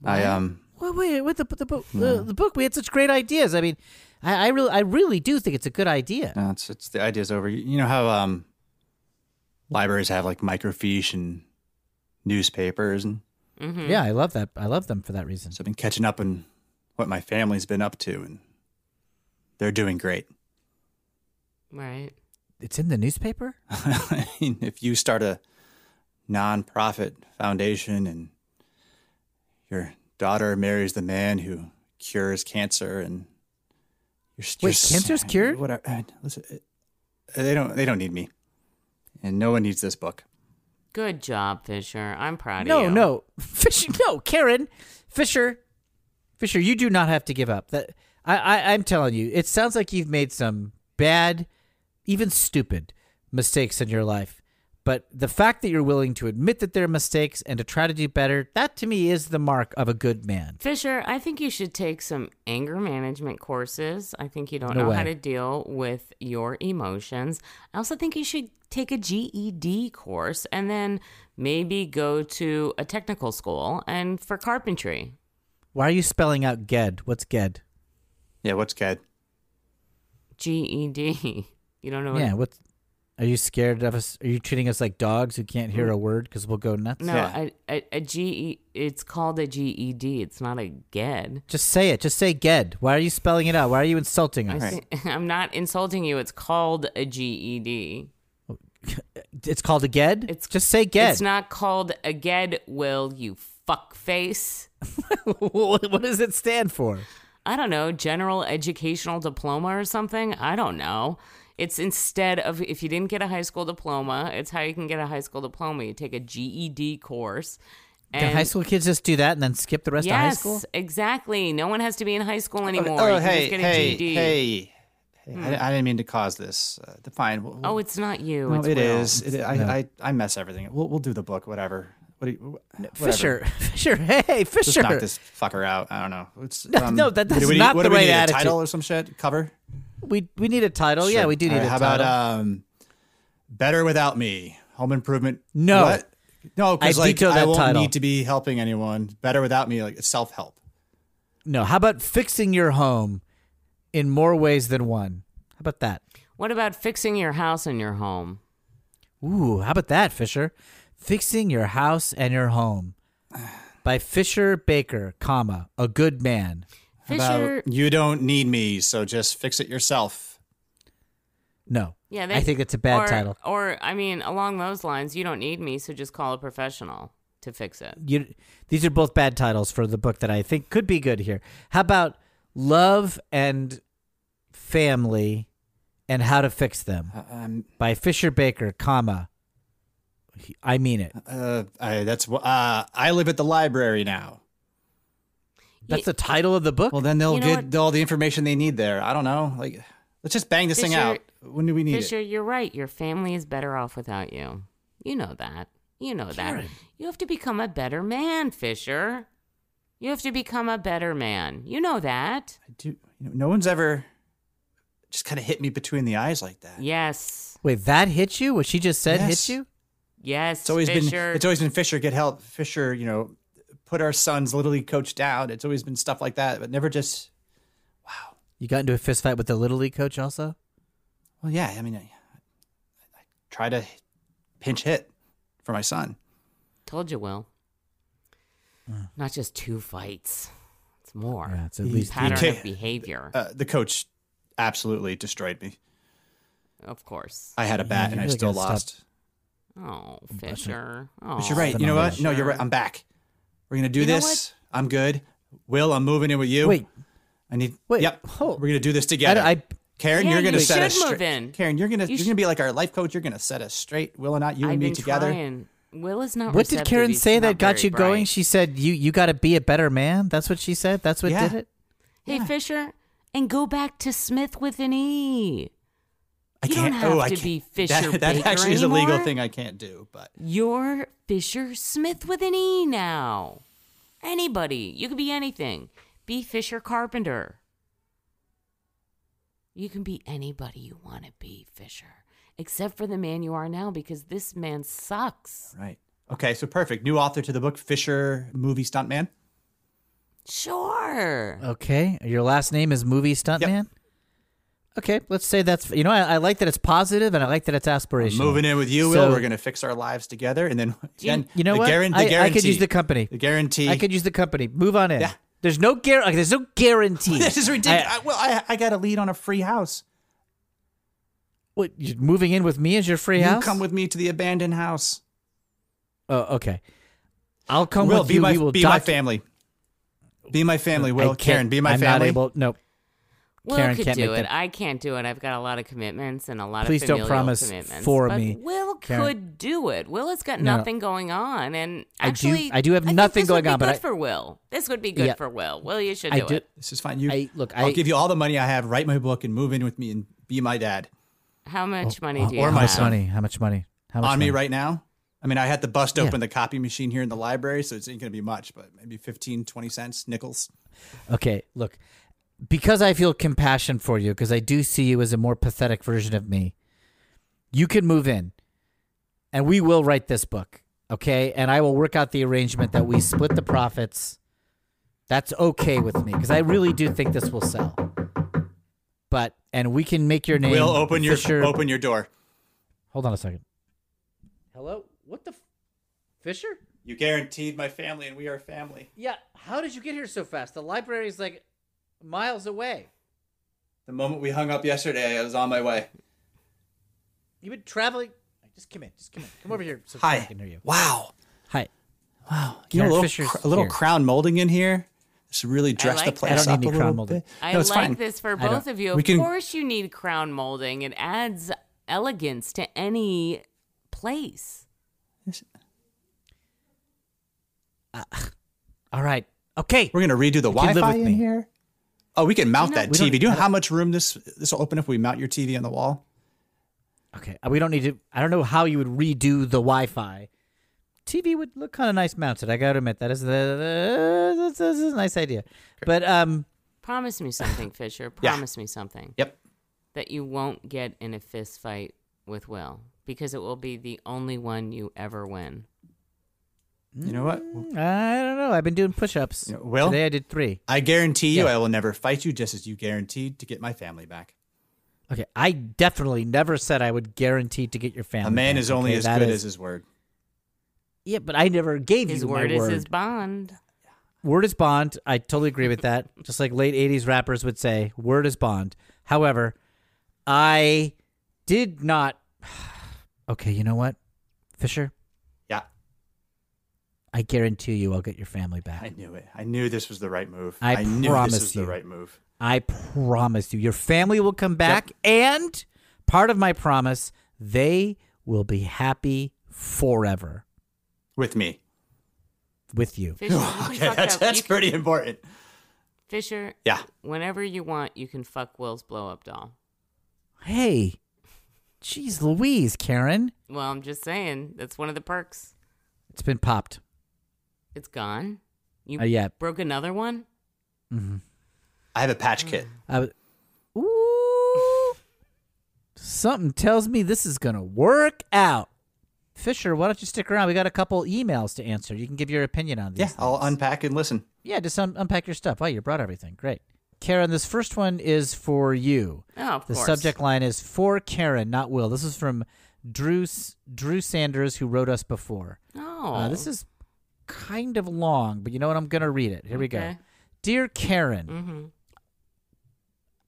[SPEAKER 4] I um.
[SPEAKER 2] Wait, wait, wait the the book, the, the book. We had such great ideas. I mean, I, I really, I really do think it's a good idea.
[SPEAKER 4] No, it's it's the idea's over. You, you know how um libraries have like microfiche and newspapers and
[SPEAKER 2] Yeah, I love that. I love them for that reason.
[SPEAKER 4] so I've been catching up on what my family's been up to and they're doing great.
[SPEAKER 3] right.
[SPEAKER 2] It's in the newspaper.
[SPEAKER 4] I mean, [LAUGHS] if you start a nonprofit foundation and your daughter marries the man who cures cancer and your
[SPEAKER 2] Wait, cancer's cured?
[SPEAKER 4] Whatever. I- uh, Listen, it- they don't they don't need me. And no one needs this book.
[SPEAKER 3] Good job, Fisher. I'm proud of
[SPEAKER 2] No,
[SPEAKER 3] you.
[SPEAKER 2] no, [LAUGHS] Fisher. No, Karen, Fisher, Fisher. You do not have to give up. That I, I, I'm telling you. It sounds like you've made some bad, even stupid mistakes in your life. But the fact that you're willing to admit that they're mistakes and to try to do better, that to me is the mark of a good man.
[SPEAKER 3] Fisher, I think you should take some anger management courses. I think you don't
[SPEAKER 2] No
[SPEAKER 3] know how
[SPEAKER 2] way.
[SPEAKER 3] to deal with your emotions. I also think you should take a GED course and then maybe go to a technical school and for carpentry.
[SPEAKER 2] Why are you spelling out Ged? What's Ged?
[SPEAKER 4] Yeah, what's good?
[SPEAKER 3] GED. E [LAUGHS] You don't know what
[SPEAKER 2] Yeah, what's are you scared of us? Are you treating us like dogs who can't hear a word because we'll go nuts?
[SPEAKER 3] No,
[SPEAKER 4] Yeah.
[SPEAKER 3] a, a, a GE it's called a GED. It's not a E GED.
[SPEAKER 2] Just say it. Just say Ged. Why are you spelling it out? Why are you insulting us?
[SPEAKER 4] Right.
[SPEAKER 3] [LAUGHS] I'm not insulting you. It's called a E GED.
[SPEAKER 2] It's called a Ged.
[SPEAKER 3] It's-
[SPEAKER 2] just say E Ged.
[SPEAKER 3] It's not called a GED, Will, you fuckface.
[SPEAKER 2] [LAUGHS] what what does it stand for?
[SPEAKER 3] I don't know, general educational diploma or something. I don't know. It's instead of if you didn't get a high school diploma, it's how you can get a high school diploma. You take a GED course.
[SPEAKER 2] Can
[SPEAKER 3] And
[SPEAKER 2] high school kids just do that and then skip the rest
[SPEAKER 3] Yes,
[SPEAKER 2] of high school?
[SPEAKER 3] exactly. No one has to be in high school anymore.
[SPEAKER 4] Oh,
[SPEAKER 3] you can
[SPEAKER 4] hey,
[SPEAKER 3] just get
[SPEAKER 4] hey,
[SPEAKER 3] a E GED.
[SPEAKER 4] hey, hey. I, I didn't mean to cause this. Uh, define. We'll,
[SPEAKER 3] Hmm. Oh, it's not you.
[SPEAKER 4] no,
[SPEAKER 3] it's
[SPEAKER 4] it
[SPEAKER 3] Will.
[SPEAKER 4] is. It, I, I, I mess everything. up. We'll, we'll do the book, whatever. What do you, wh- whatever.
[SPEAKER 2] Fisher, [LAUGHS] Fisher, hey, Fisher.
[SPEAKER 4] Just knock this fucker out. I don't know.
[SPEAKER 2] [LAUGHS]
[SPEAKER 4] It's,
[SPEAKER 2] No, no, that- that's
[SPEAKER 4] do we,
[SPEAKER 2] not
[SPEAKER 4] what
[SPEAKER 2] the
[SPEAKER 4] do we
[SPEAKER 2] right
[SPEAKER 4] need,
[SPEAKER 2] attitude.
[SPEAKER 4] A title or some shit. Cover.
[SPEAKER 2] We we need a title. Yeah,
[SPEAKER 4] Sure.
[SPEAKER 2] we do
[SPEAKER 4] All
[SPEAKER 2] need
[SPEAKER 4] right,
[SPEAKER 2] a
[SPEAKER 4] how
[SPEAKER 2] title.
[SPEAKER 4] about um, better without me? Home improvement.
[SPEAKER 2] No.
[SPEAKER 4] What? No, because
[SPEAKER 2] I
[SPEAKER 4] like
[SPEAKER 2] veto
[SPEAKER 4] I
[SPEAKER 2] that
[SPEAKER 4] won't
[SPEAKER 2] title.
[SPEAKER 4] need to be helping anyone. Better without me, like self help.
[SPEAKER 2] no, how about fixing your home in more ways than one? How about that?
[SPEAKER 3] What about fixing your house and your home?
[SPEAKER 2] Ooh, how about that, Fisher? Fixing your house and your home. by Fisher Baker, comma, a good man.
[SPEAKER 4] About,
[SPEAKER 3] Fisher.
[SPEAKER 4] you don't need me, so just fix it yourself.
[SPEAKER 2] No.
[SPEAKER 3] yeah,
[SPEAKER 2] I think it's a bad
[SPEAKER 3] or-
[SPEAKER 2] title.
[SPEAKER 3] Or I mean, along those lines, you don't need me, so just call a professional to fix it.
[SPEAKER 2] You, these are both bad titles for the book that I think could be good here. How about Love and Family and How to Fix Them
[SPEAKER 4] Uh, Um,
[SPEAKER 2] by Fisher Baker, comma, he- I mean it.
[SPEAKER 4] uh, I, that's wh- uh, I live at the library now.
[SPEAKER 2] That's the title of the book?
[SPEAKER 4] Well, then they'll
[SPEAKER 3] You know
[SPEAKER 4] get all the information they need there. I don't know. Like, let's just bang this thing
[SPEAKER 3] Fisher-
[SPEAKER 4] out. When do we need
[SPEAKER 3] Fisher,
[SPEAKER 4] it?
[SPEAKER 3] you're right. Your family is better off without you. You know that. You know that. You have to become a better man, Fisher. You have to become a better man. You know that.
[SPEAKER 4] I do. You know, no one's ever just kind of hit me between the eyes like that.
[SPEAKER 3] Yes.
[SPEAKER 2] Wait, that hit you? What she just said
[SPEAKER 4] Yes.
[SPEAKER 2] hit you?
[SPEAKER 3] Yes.
[SPEAKER 4] It's always
[SPEAKER 3] Fisher.
[SPEAKER 4] been. It's always been Fisher get help. Fisher, you know, put our sons little league coach down. It's always been stuff like that, but never just.
[SPEAKER 2] You got into a fist fight with the Little League coach also?
[SPEAKER 4] Well, yeah. I mean, I, I try to pinch hit for my son.
[SPEAKER 3] Told you, Will. Not just two fights. It's more.
[SPEAKER 2] Yeah, it's at
[SPEAKER 4] You
[SPEAKER 2] least three.
[SPEAKER 3] Pattern
[SPEAKER 4] Okay.
[SPEAKER 3] of behavior,
[SPEAKER 4] Uh, the coach absolutely destroyed me.
[SPEAKER 3] of course.
[SPEAKER 4] I had a bat
[SPEAKER 2] you
[SPEAKER 4] and I
[SPEAKER 2] really
[SPEAKER 4] still
[SPEAKER 2] gotta stop
[SPEAKER 4] lost.
[SPEAKER 3] Oh, Fisher. Oh,
[SPEAKER 4] But you're right. You know what? No, you're right. I'm back. We're gonna do
[SPEAKER 3] know
[SPEAKER 4] this. I'm good. Will, I'm moving in with you.
[SPEAKER 2] Wait,
[SPEAKER 4] I need.
[SPEAKER 2] wait,
[SPEAKER 4] Yep.
[SPEAKER 2] hold.
[SPEAKER 4] We're gonna do this together.
[SPEAKER 2] I-
[SPEAKER 4] Karen,
[SPEAKER 3] Yeah,
[SPEAKER 4] you're gonna
[SPEAKER 3] you
[SPEAKER 4] set us
[SPEAKER 3] should move
[SPEAKER 4] straight.
[SPEAKER 3] in.
[SPEAKER 4] Karen, you're gonna
[SPEAKER 3] You
[SPEAKER 4] you are
[SPEAKER 3] sh-
[SPEAKER 4] gonna be like our life coach. You're gonna set us straight. Will and I, you
[SPEAKER 3] I've
[SPEAKER 4] and me
[SPEAKER 3] been
[SPEAKER 4] together.
[SPEAKER 3] trying. Will is not.
[SPEAKER 2] what did
[SPEAKER 3] receptive.
[SPEAKER 2] Karen
[SPEAKER 3] He's
[SPEAKER 2] say
[SPEAKER 3] not
[SPEAKER 2] that got
[SPEAKER 3] very
[SPEAKER 2] you going?
[SPEAKER 3] bright.
[SPEAKER 2] She said, you, you got to be a better man. That's what she said? That's what
[SPEAKER 4] Yeah.
[SPEAKER 2] did it?
[SPEAKER 3] Hey Fisher, and go back to Smith with an E.
[SPEAKER 4] I
[SPEAKER 3] You
[SPEAKER 4] can't.
[SPEAKER 3] don't have
[SPEAKER 4] oh, I
[SPEAKER 3] to
[SPEAKER 4] can't.
[SPEAKER 3] be
[SPEAKER 4] that,
[SPEAKER 3] Fisher
[SPEAKER 4] That
[SPEAKER 3] Baker
[SPEAKER 4] actually is a legal
[SPEAKER 3] anymore.
[SPEAKER 4] thing I can't do. But
[SPEAKER 3] You're Fisher Smith with an E now. Anybody, you could be anything. Be Fisher Carpenter. You can be anybody you want to be, Fisher, except for the man you are now, because this man sucks.
[SPEAKER 4] right. Okay. So perfect. New author to the book, Fisher movie stuntman.
[SPEAKER 3] Sure.
[SPEAKER 2] Okay. Your last name is Movie Stuntman? Okay. Let's say that's, you know, I, I like that it's positive and I like that it's aspirational.
[SPEAKER 4] Moving in with you,
[SPEAKER 2] So-
[SPEAKER 4] Will. We're gonna fix our lives together, and then [LAUGHS] Jen,
[SPEAKER 2] You know
[SPEAKER 4] the
[SPEAKER 2] what?
[SPEAKER 4] guaran- the
[SPEAKER 2] I,
[SPEAKER 4] guarantee.
[SPEAKER 2] I could use the company.
[SPEAKER 4] The guarantee. [LAUGHS]
[SPEAKER 2] I could use the company. Move on in.
[SPEAKER 4] Yeah.
[SPEAKER 2] There's no guar- like, There's no guarantee.
[SPEAKER 4] [LAUGHS] This is ridiculous.
[SPEAKER 2] I-
[SPEAKER 4] I, well, I, I got a lead on a free house.
[SPEAKER 2] what, you're moving in with me as your free
[SPEAKER 4] you
[SPEAKER 2] house?
[SPEAKER 4] come with me to the abandoned house.
[SPEAKER 2] Oh, okay. I'll come
[SPEAKER 4] Will,
[SPEAKER 2] with
[SPEAKER 4] be
[SPEAKER 2] you.
[SPEAKER 4] my
[SPEAKER 2] we will
[SPEAKER 4] be my
[SPEAKER 2] doc-
[SPEAKER 4] family. Be my family,
[SPEAKER 2] I
[SPEAKER 4] Will.
[SPEAKER 2] can't-
[SPEAKER 4] Karen, be my
[SPEAKER 2] I'm not
[SPEAKER 4] family.
[SPEAKER 2] able. No,
[SPEAKER 3] Will
[SPEAKER 2] Karen
[SPEAKER 3] could
[SPEAKER 2] can't make
[SPEAKER 3] do it.
[SPEAKER 2] that-
[SPEAKER 3] I can't do it. I've got a lot of commitments and a lot
[SPEAKER 2] Please
[SPEAKER 3] of
[SPEAKER 2] don't
[SPEAKER 3] familial
[SPEAKER 2] promise
[SPEAKER 3] commitments.
[SPEAKER 2] for
[SPEAKER 3] but
[SPEAKER 2] me,
[SPEAKER 3] Will
[SPEAKER 2] Karen.
[SPEAKER 3] could do it. Will has got
[SPEAKER 2] No.
[SPEAKER 3] nothing going on, and
[SPEAKER 2] I do-
[SPEAKER 3] actually,
[SPEAKER 2] I do have
[SPEAKER 3] think
[SPEAKER 2] nothing
[SPEAKER 3] this
[SPEAKER 2] going
[SPEAKER 3] would be
[SPEAKER 2] on, but
[SPEAKER 3] good
[SPEAKER 2] I-
[SPEAKER 3] for Will, this would be good
[SPEAKER 2] Yeah.
[SPEAKER 3] for Will. Will, you should do
[SPEAKER 2] I do.
[SPEAKER 3] it.
[SPEAKER 4] This is fine. You
[SPEAKER 2] I- look,
[SPEAKER 4] I'll
[SPEAKER 2] I-
[SPEAKER 4] give you all the money I have. Write my book and move in with me and be my dad
[SPEAKER 3] How
[SPEAKER 2] Oh,
[SPEAKER 3] much money do you
[SPEAKER 4] or
[SPEAKER 2] How
[SPEAKER 3] have?
[SPEAKER 2] much
[SPEAKER 4] myself.
[SPEAKER 2] money? How much money? How much
[SPEAKER 4] on me
[SPEAKER 2] money?
[SPEAKER 4] right now. I mean, I had to bust
[SPEAKER 2] Yeah.
[SPEAKER 4] open the copy machine here in the library, so it's ain't gonna be much, but maybe 15, 20 cents, nickels.
[SPEAKER 2] Okay, look, because I feel compassion for you, because I do see you as a more pathetic version of me. You can move in, and we will write this book. Okay, and I will work out the arrangement that we split the profits. That's okay with me because I really do think this will sell. But and we can make your name.
[SPEAKER 4] Will open your
[SPEAKER 2] Fisher-
[SPEAKER 4] open your door.
[SPEAKER 2] Hold on a second. Hello? What the f- Fisher?
[SPEAKER 4] You guaranteed my family, and we are family.
[SPEAKER 2] Yeah, how did you get here so fast? The library is like miles away.
[SPEAKER 4] The moment we hung up yesterday, I was on my way.
[SPEAKER 2] You've been traveling. Just come in. Just come in. Come over here so I
[SPEAKER 4] Hi.
[SPEAKER 2] can hear you.
[SPEAKER 4] Wow.
[SPEAKER 2] Hi.
[SPEAKER 4] Wow. You
[SPEAKER 2] Karen
[SPEAKER 4] know, a little,
[SPEAKER 2] Fisher's
[SPEAKER 4] cr- a little
[SPEAKER 2] here.
[SPEAKER 4] crown molding in here. This really dressed
[SPEAKER 3] like
[SPEAKER 4] the
[SPEAKER 3] that. I
[SPEAKER 4] place
[SPEAKER 2] don't
[SPEAKER 4] up
[SPEAKER 2] need
[SPEAKER 4] a
[SPEAKER 2] any
[SPEAKER 4] little
[SPEAKER 2] crown molding.
[SPEAKER 4] bit.
[SPEAKER 3] I
[SPEAKER 4] no,
[SPEAKER 3] like
[SPEAKER 4] it's fine.
[SPEAKER 3] this for
[SPEAKER 2] don't-
[SPEAKER 3] both of you.
[SPEAKER 4] we
[SPEAKER 3] Of
[SPEAKER 4] can-
[SPEAKER 3] course, you need crown molding. It adds elegance to any place.
[SPEAKER 2] All right. Okay.
[SPEAKER 4] We're gonna redo the
[SPEAKER 2] can live
[SPEAKER 4] Wi-Fi
[SPEAKER 2] with
[SPEAKER 4] in
[SPEAKER 2] me.
[SPEAKER 4] here. Oh, we can mount
[SPEAKER 3] You know,
[SPEAKER 4] that
[SPEAKER 2] we don't-
[SPEAKER 4] TV. Do you know how much room this this will open if we mount your TV on the wall?
[SPEAKER 2] Okay. We don't need to. I don't know how you would redo the Wi Fi. TV would look kind of nice mounted. I got to admit, that is, the, that's, that's a nice idea. But, um,
[SPEAKER 3] Promise
[SPEAKER 2] [LAUGHS]
[SPEAKER 3] me something, Fisher.
[SPEAKER 4] Yeah.
[SPEAKER 3] Promise me something.
[SPEAKER 4] Yep.
[SPEAKER 3] that you won't get in a fist fight with Will because it will be the only one you ever win.
[SPEAKER 4] You know what?
[SPEAKER 2] I don't know. I've been doing push ups.
[SPEAKER 4] Yeah, well-
[SPEAKER 2] today I did three.
[SPEAKER 4] I guarantee you,
[SPEAKER 2] Yeah.
[SPEAKER 4] I will never fight you, just as you guaranteed to get my family back.
[SPEAKER 2] Okay, I definitely never said I would guarantee to get your family.
[SPEAKER 4] a man
[SPEAKER 2] back,
[SPEAKER 4] is only
[SPEAKER 2] okay?
[SPEAKER 4] as
[SPEAKER 2] That
[SPEAKER 4] good
[SPEAKER 2] is-
[SPEAKER 4] as his word.
[SPEAKER 2] Yeah, but I never gave
[SPEAKER 3] His
[SPEAKER 2] you
[SPEAKER 3] word
[SPEAKER 2] my
[SPEAKER 3] is
[SPEAKER 2] word. [LAUGHS]
[SPEAKER 3] his bond.
[SPEAKER 2] word is bond. I totally agree with that. Just like late '80s rappers would say, "Word is bond." However, I did not. [SIGHS] Okay, you know what, Fisher?
[SPEAKER 4] Yeah,
[SPEAKER 2] I guarantee you, I'll get your family
[SPEAKER 4] I
[SPEAKER 2] back.
[SPEAKER 4] knew it. I knew this was the right move.
[SPEAKER 2] I
[SPEAKER 4] knew
[SPEAKER 2] promise
[SPEAKER 4] this was
[SPEAKER 2] you.
[SPEAKER 4] the right move.
[SPEAKER 2] I promise you, your family will come back, and part of my promise, they will be happy forever
[SPEAKER 4] With
[SPEAKER 3] [LAUGHS]
[SPEAKER 4] me.
[SPEAKER 2] with you.
[SPEAKER 3] Fisher, you can
[SPEAKER 4] Okay,
[SPEAKER 3] fuck
[SPEAKER 4] that's,
[SPEAKER 3] up-
[SPEAKER 4] that's
[SPEAKER 3] you can-
[SPEAKER 4] pretty important.
[SPEAKER 3] Fisher,
[SPEAKER 4] Yeah.
[SPEAKER 3] whenever you want, you can fuck Will's blow up doll.
[SPEAKER 2] Hey, jeez, Louise, Karen,
[SPEAKER 3] Well, I'm just saying that's one of the perks.
[SPEAKER 2] it's been popped.
[SPEAKER 3] It's gone. You
[SPEAKER 2] Uh, yeah.
[SPEAKER 3] broke another one.
[SPEAKER 4] I have a patch kit.
[SPEAKER 2] I was, ooh, something tells me this is gonna work out. Fisher, why don't you stick around? We got a couple emails to answer. You can give your opinion on these.
[SPEAKER 4] Yeah, I'll unpack and listen.
[SPEAKER 2] Yeah, just un- unpack your stuff. Wow, you brought everything. Great. Karen, this first one is for you.
[SPEAKER 3] Oh, of
[SPEAKER 2] the
[SPEAKER 3] course.
[SPEAKER 2] subject line is for Karen, not Will. This is from Drew, S- Drew Sanders, who wrote us before.
[SPEAKER 3] Oh,
[SPEAKER 2] Uh, this is kind of long, but you know what? I'm going to read it. Here we go.
[SPEAKER 3] Okay. Mm-hmm.
[SPEAKER 2] Dear Karen,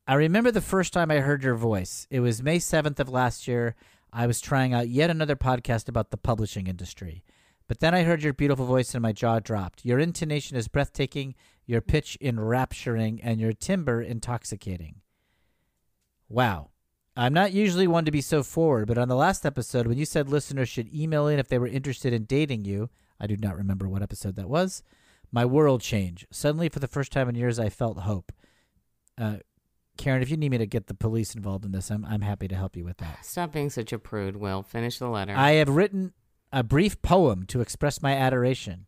[SPEAKER 2] I remember the first time I heard your voice. It was May 7th of last year. I was trying out yet another podcast about the publishing industry. But then I heard your beautiful voice and my jaw dropped. Your intonation is breathtaking, your pitch enrapturing, and your timbre intoxicating. Wow. I'm not usually one to be so forward, but on the last episode, when you said listeners should email in if they were interested in dating you, I do not remember what episode that was, my world changed. Suddenly, for the first time in years, I felt hope. Uh, Karen, if you need me to get the police involved in this, I'm, I'm happy to help you with that.
[SPEAKER 3] stop being such a prude. Will finish the letter.
[SPEAKER 2] I have written a brief poem to express my adoration.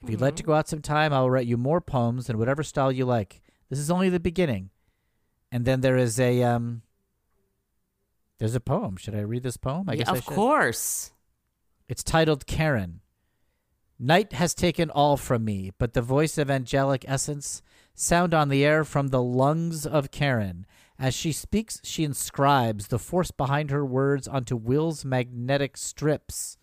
[SPEAKER 2] If you'd
[SPEAKER 3] Mm-hmm.
[SPEAKER 2] like to go out sometime, I'll write you more poems in whatever style you like. This is only the beginning. And then there is a um there's a poem. Should I read this poem? I
[SPEAKER 3] Yeah,
[SPEAKER 2] guess I
[SPEAKER 3] of
[SPEAKER 2] should.
[SPEAKER 3] course.
[SPEAKER 2] It's titled Karen. Night has taken all from me, but the voice of angelic essence sound on the air from the lungs of Karen. As she speaks, she inscribes the force behind her words onto Will's magnetic strips.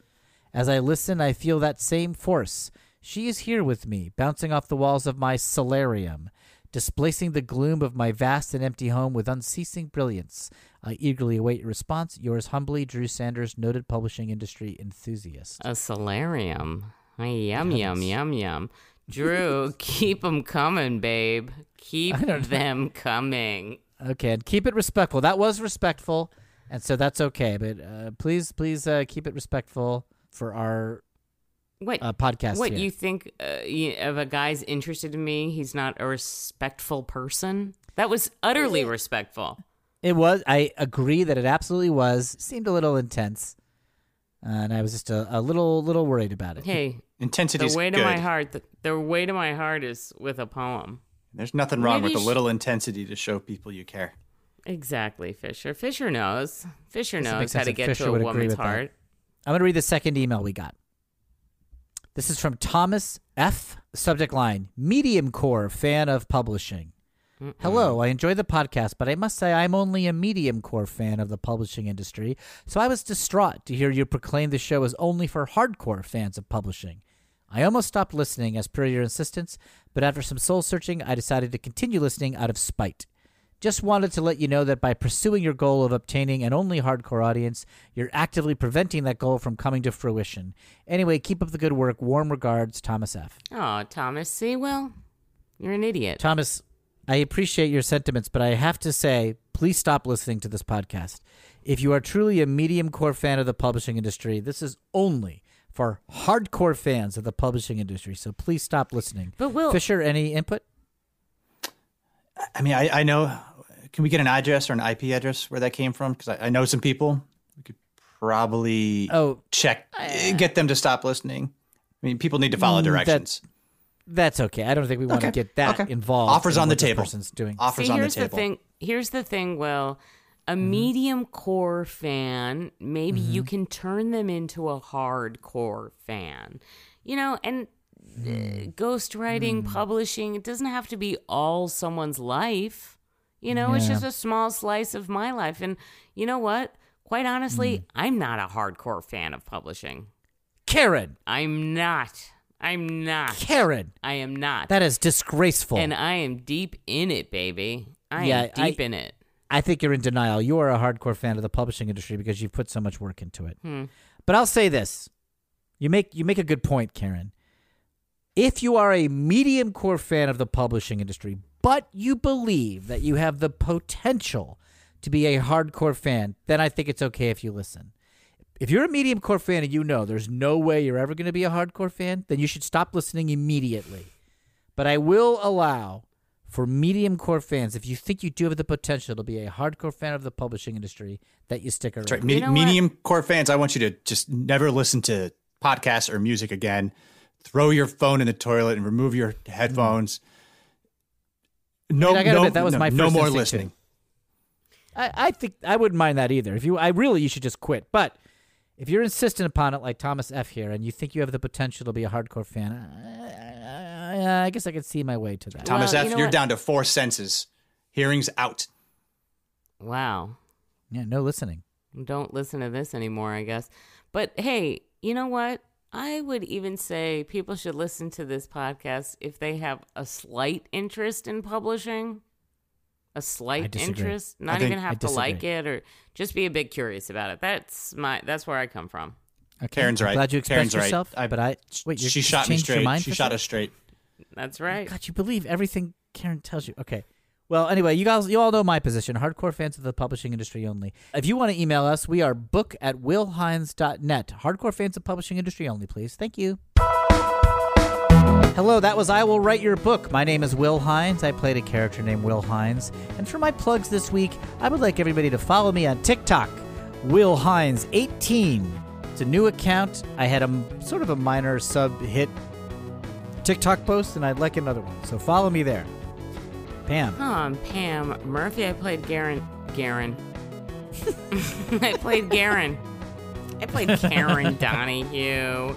[SPEAKER 2] As I listen, I feel that same force. She is here with me, bouncing off the walls of my solarium, displacing the gloom of my vast and empty home with unceasing brilliance. I eagerly await your response. Yours humbly, Drew Sanders, noted publishing industry enthusiast.
[SPEAKER 3] A solarium. Ay, yum, yum, yum, yum.
[SPEAKER 2] [LAUGHS]
[SPEAKER 3] Drew, keep them coming, babe. Keep them coming.
[SPEAKER 2] Okay, and keep it respectful. That was respectful, and so that's okay. But uh, please, please uh, keep it respectful for our
[SPEAKER 3] What?
[SPEAKER 2] uh, podcast.
[SPEAKER 3] what
[SPEAKER 2] here.
[SPEAKER 3] you think uh, you, of a guy's interested in me? He's not a respectful person. That was utterly respectful.
[SPEAKER 2] It was. I agree that it absolutely was. Seemed a little intense, and I was just a, a little little worried about it. [LAUGHS]
[SPEAKER 3] Hey,
[SPEAKER 4] Intensity
[SPEAKER 3] the
[SPEAKER 4] is
[SPEAKER 3] way
[SPEAKER 4] good.
[SPEAKER 3] to my heart. The, the way to my heart is with a poem.
[SPEAKER 4] There's nothing wrong
[SPEAKER 3] Maybe
[SPEAKER 4] with a
[SPEAKER 3] sh-
[SPEAKER 4] little intensity to show people you care.
[SPEAKER 3] Exactly, Fisher. Fisher knows. Fisher
[SPEAKER 2] Doesn't make
[SPEAKER 3] knows how
[SPEAKER 2] sense
[SPEAKER 3] to
[SPEAKER 2] that
[SPEAKER 3] get
[SPEAKER 2] Fisher
[SPEAKER 3] to
[SPEAKER 2] would
[SPEAKER 3] a
[SPEAKER 2] agree
[SPEAKER 3] woman's
[SPEAKER 2] with that.
[SPEAKER 3] heart.
[SPEAKER 2] I'm going to read the second email we got. This is from Thomas F. Subject line Medium core fan of publishing. Hello, I enjoy the podcast, but I must say I'm only a medium core fan of the publishing industry, so I was distraught to hear you proclaim the show is only for hardcore fans of publishing. I almost stopped listening as per your insistence, but after some soul searching, I decided to continue listening out of spite. Just wanted to let you know that by pursuing your goal of obtaining an only hardcore audience, you're actively preventing that goal from coming to fruition. Anyway, keep up the good work. Warm regards, Thomas F.
[SPEAKER 3] Oh, Thomas. See, well, you're an idiot.
[SPEAKER 2] Thomas, I appreciate your sentiments, but I have to say, please stop listening to this podcast. If you are truly a medium core fan of the publishing industry, this is only for hardcore fans of the publishing industry. So please stop listening.
[SPEAKER 3] But Will-
[SPEAKER 2] Fisher, any input?
[SPEAKER 4] I mean, I, I know. Can we get an address or an IP address where that came from? Because I, I know some people. We could probably
[SPEAKER 2] Oh.
[SPEAKER 4] check, get them to stop listening. I mean, people need to
[SPEAKER 2] Mm,
[SPEAKER 4] follow directions.
[SPEAKER 2] That's okay. I don't think we want to
[SPEAKER 4] Okay,
[SPEAKER 2] get that
[SPEAKER 4] okay.
[SPEAKER 2] involved.
[SPEAKER 4] Offers
[SPEAKER 2] in
[SPEAKER 4] on
[SPEAKER 2] what
[SPEAKER 4] the
[SPEAKER 2] this
[SPEAKER 4] table.
[SPEAKER 2] Person's doing.
[SPEAKER 4] Offers
[SPEAKER 3] See,
[SPEAKER 4] on the
[SPEAKER 3] here's
[SPEAKER 4] table.
[SPEAKER 3] thing. Here's the thing, Will. A
[SPEAKER 2] Mm-hmm.
[SPEAKER 3] medium core fan, maybe you can turn them into a hardcore fan. You know, and uh,
[SPEAKER 2] Mm.
[SPEAKER 3] ghostwriting, publishing, it doesn't have to be all someone's life. You know, it's
[SPEAKER 2] Yeah.
[SPEAKER 3] just a small slice of my
[SPEAKER 2] Mm.
[SPEAKER 3] life. And you know what? Quite honestly, I'm not a hardcore fan of publishing.
[SPEAKER 2] Karen,
[SPEAKER 3] I'm not. I'm not.
[SPEAKER 2] Karen.
[SPEAKER 3] I am not.
[SPEAKER 2] That is disgraceful.
[SPEAKER 3] and I am deep in it, baby. I
[SPEAKER 2] Yeah,
[SPEAKER 3] am deep
[SPEAKER 2] I-
[SPEAKER 3] in it.
[SPEAKER 2] I think you're in denial. You are a hardcore fan of the publishing industry because you've put so much work into it.
[SPEAKER 3] Hmm.
[SPEAKER 2] But I'll say this. You make you make a good point, Karen. If you are a medium core fan of the publishing industry, but you believe that you have the potential to be a hardcore fan, then I think it's okay if you listen. If you're a medium core fan and you know there's no way you're ever going to be a hardcore fan, then you should stop listening immediately. But I will allow for medium core fans, if you think you do have the potential to be a hardcore fan of the publishing industry, that you stick around.
[SPEAKER 4] That's right. Me-
[SPEAKER 3] You know what?
[SPEAKER 4] medium core fans, I want you to just never listen to podcasts or music again. Throw your phone in the toilet and remove your headphones. No,
[SPEAKER 2] Mm. I mean, I gotta
[SPEAKER 4] no,
[SPEAKER 2] admit, that was
[SPEAKER 4] no,
[SPEAKER 2] my
[SPEAKER 4] no
[SPEAKER 2] first
[SPEAKER 4] more
[SPEAKER 2] instinct, too.
[SPEAKER 4] listening.
[SPEAKER 2] I, I think I wouldn't mind that either. If you, I really, you should just quit. But if you're insistent upon it, like Thomas F here, and you think you have the potential to be a hardcore fan, I, I, I- I guess I could see my way to that.
[SPEAKER 4] Thomas
[SPEAKER 3] Well,
[SPEAKER 4] F,
[SPEAKER 3] you know
[SPEAKER 4] you're
[SPEAKER 3] what?
[SPEAKER 4] down to four senses. Hearing's out.
[SPEAKER 3] Wow.
[SPEAKER 2] Yeah, no listening.
[SPEAKER 3] Don't listen to this anymore, I guess. But hey, you know what? I would even say people should listen to this podcast if they have a slight interest in publishing. A slight
[SPEAKER 2] disagree.
[SPEAKER 3] interest, not
[SPEAKER 4] think-
[SPEAKER 3] even
[SPEAKER 2] I
[SPEAKER 3] have to like
[SPEAKER 2] disagree.
[SPEAKER 3] it or just be a bit curious about it. That's my that's where I come from.
[SPEAKER 2] Okay.
[SPEAKER 4] Karen's
[SPEAKER 2] I'm
[SPEAKER 4] right.
[SPEAKER 2] Glad you expressed
[SPEAKER 4] Karen's right.
[SPEAKER 2] yourself.
[SPEAKER 4] I-
[SPEAKER 2] but I wait. You
[SPEAKER 4] she
[SPEAKER 2] just
[SPEAKER 4] shot me
[SPEAKER 2] changed your
[SPEAKER 4] straight.
[SPEAKER 2] mind
[SPEAKER 4] She
[SPEAKER 2] for
[SPEAKER 4] shot
[SPEAKER 2] that?
[SPEAKER 4] us straight.
[SPEAKER 3] That's right.
[SPEAKER 2] Oh God, you believe everything Karen tells you. Okay. Well, anyway, you guys, you all know my position. Hardcore fans of the publishing industry only. If you want to email us, we are book at willhines.net. Hardcore fans of publishing industry only, please. Thank you. Hello, that was I Will Write Your Book. My name is Will Hines. I played a character named Will Hines. And for my plugs this week, I would like everybody to follow me on TikTok, Will Hines18. It's a new account. I had a m- sort of a minor sub hit TikTok post, and I'd like another one. So follow me there. Pam.
[SPEAKER 3] Oh, I'm Pam Murphy. I played Garen. Garen. [LAUGHS] I played Garen. I played Karen Donahue.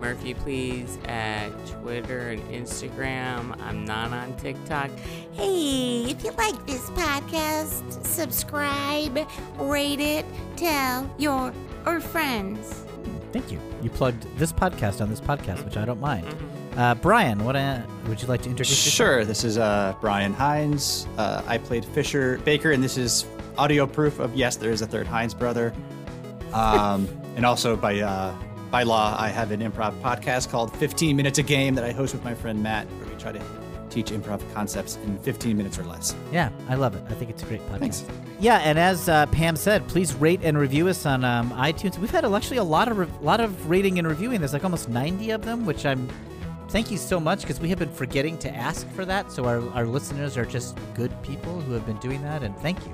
[SPEAKER 3] Murphy, please, at Twitter and Instagram. I'm not on TikTok.
[SPEAKER 5] Hey, if you like this podcast, subscribe, rate it, tell your or friends.
[SPEAKER 2] Thank you. You plugged this podcast on this podcast, which I don't mind. Uh, Brian, what uh, would you like to introduce? yourself?
[SPEAKER 4] Sure. This is uh, Brian Hines. Uh, I played Fisher Baker, and this is audio proof of yes, there is a third Hines brother. Um, and also by uh, by law, I have an improv podcast called 15 Minutes a Game that I host with my friend Matt, where we try to teach improv concepts in 15 minutes or less.
[SPEAKER 2] Yeah, I love it. I think it's a great podcast.
[SPEAKER 4] Thanks.
[SPEAKER 2] Yeah, and as uh, Pam said, please rate and review us on um, iTunes. We've had a- actually a lot of re- lot of rating and reviewing. There's like almost 90 of them, which I'm thank you so much because we have been forgetting to ask for that. So our our listeners are just good people who have been doing that, and thank you.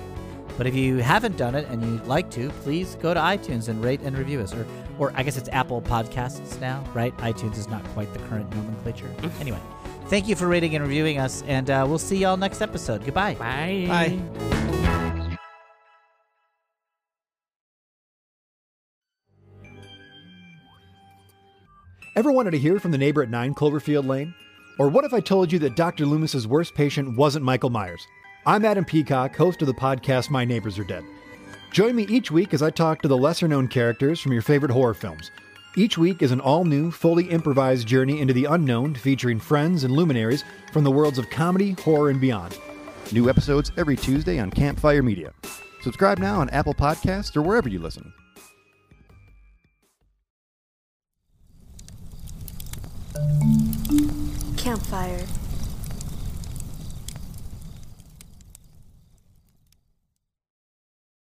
[SPEAKER 2] But if you haven't done it and you'd like to, please go to iTunes and rate and review us, or or I guess it's Apple Podcasts now, right? iTunes is not quite the current nomenclature. anyway, thank you for rating and reviewing us, and uh, we'll see y'all next episode. Goodbye.
[SPEAKER 3] Bye.
[SPEAKER 4] Bye.
[SPEAKER 6] Ever wanted to hear from the neighbor at 9 Cloverfield Lane? Or what if I told you that Dr. Loomis's worst patient wasn't Michael Myers? I'm Adam Peacock, host of the podcast My Neighbors Are Dead. Join me each week as I talk to the lesser known characters from your favorite horror films. Each week is an all new, fully improvised journey into the unknown featuring friends and luminaries from the worlds of comedy, horror, and beyond.
[SPEAKER 7] New episodes every Tuesday on Campfire Media. Subscribe now on Apple Podcasts or wherever you listen.
[SPEAKER 8] Campfire.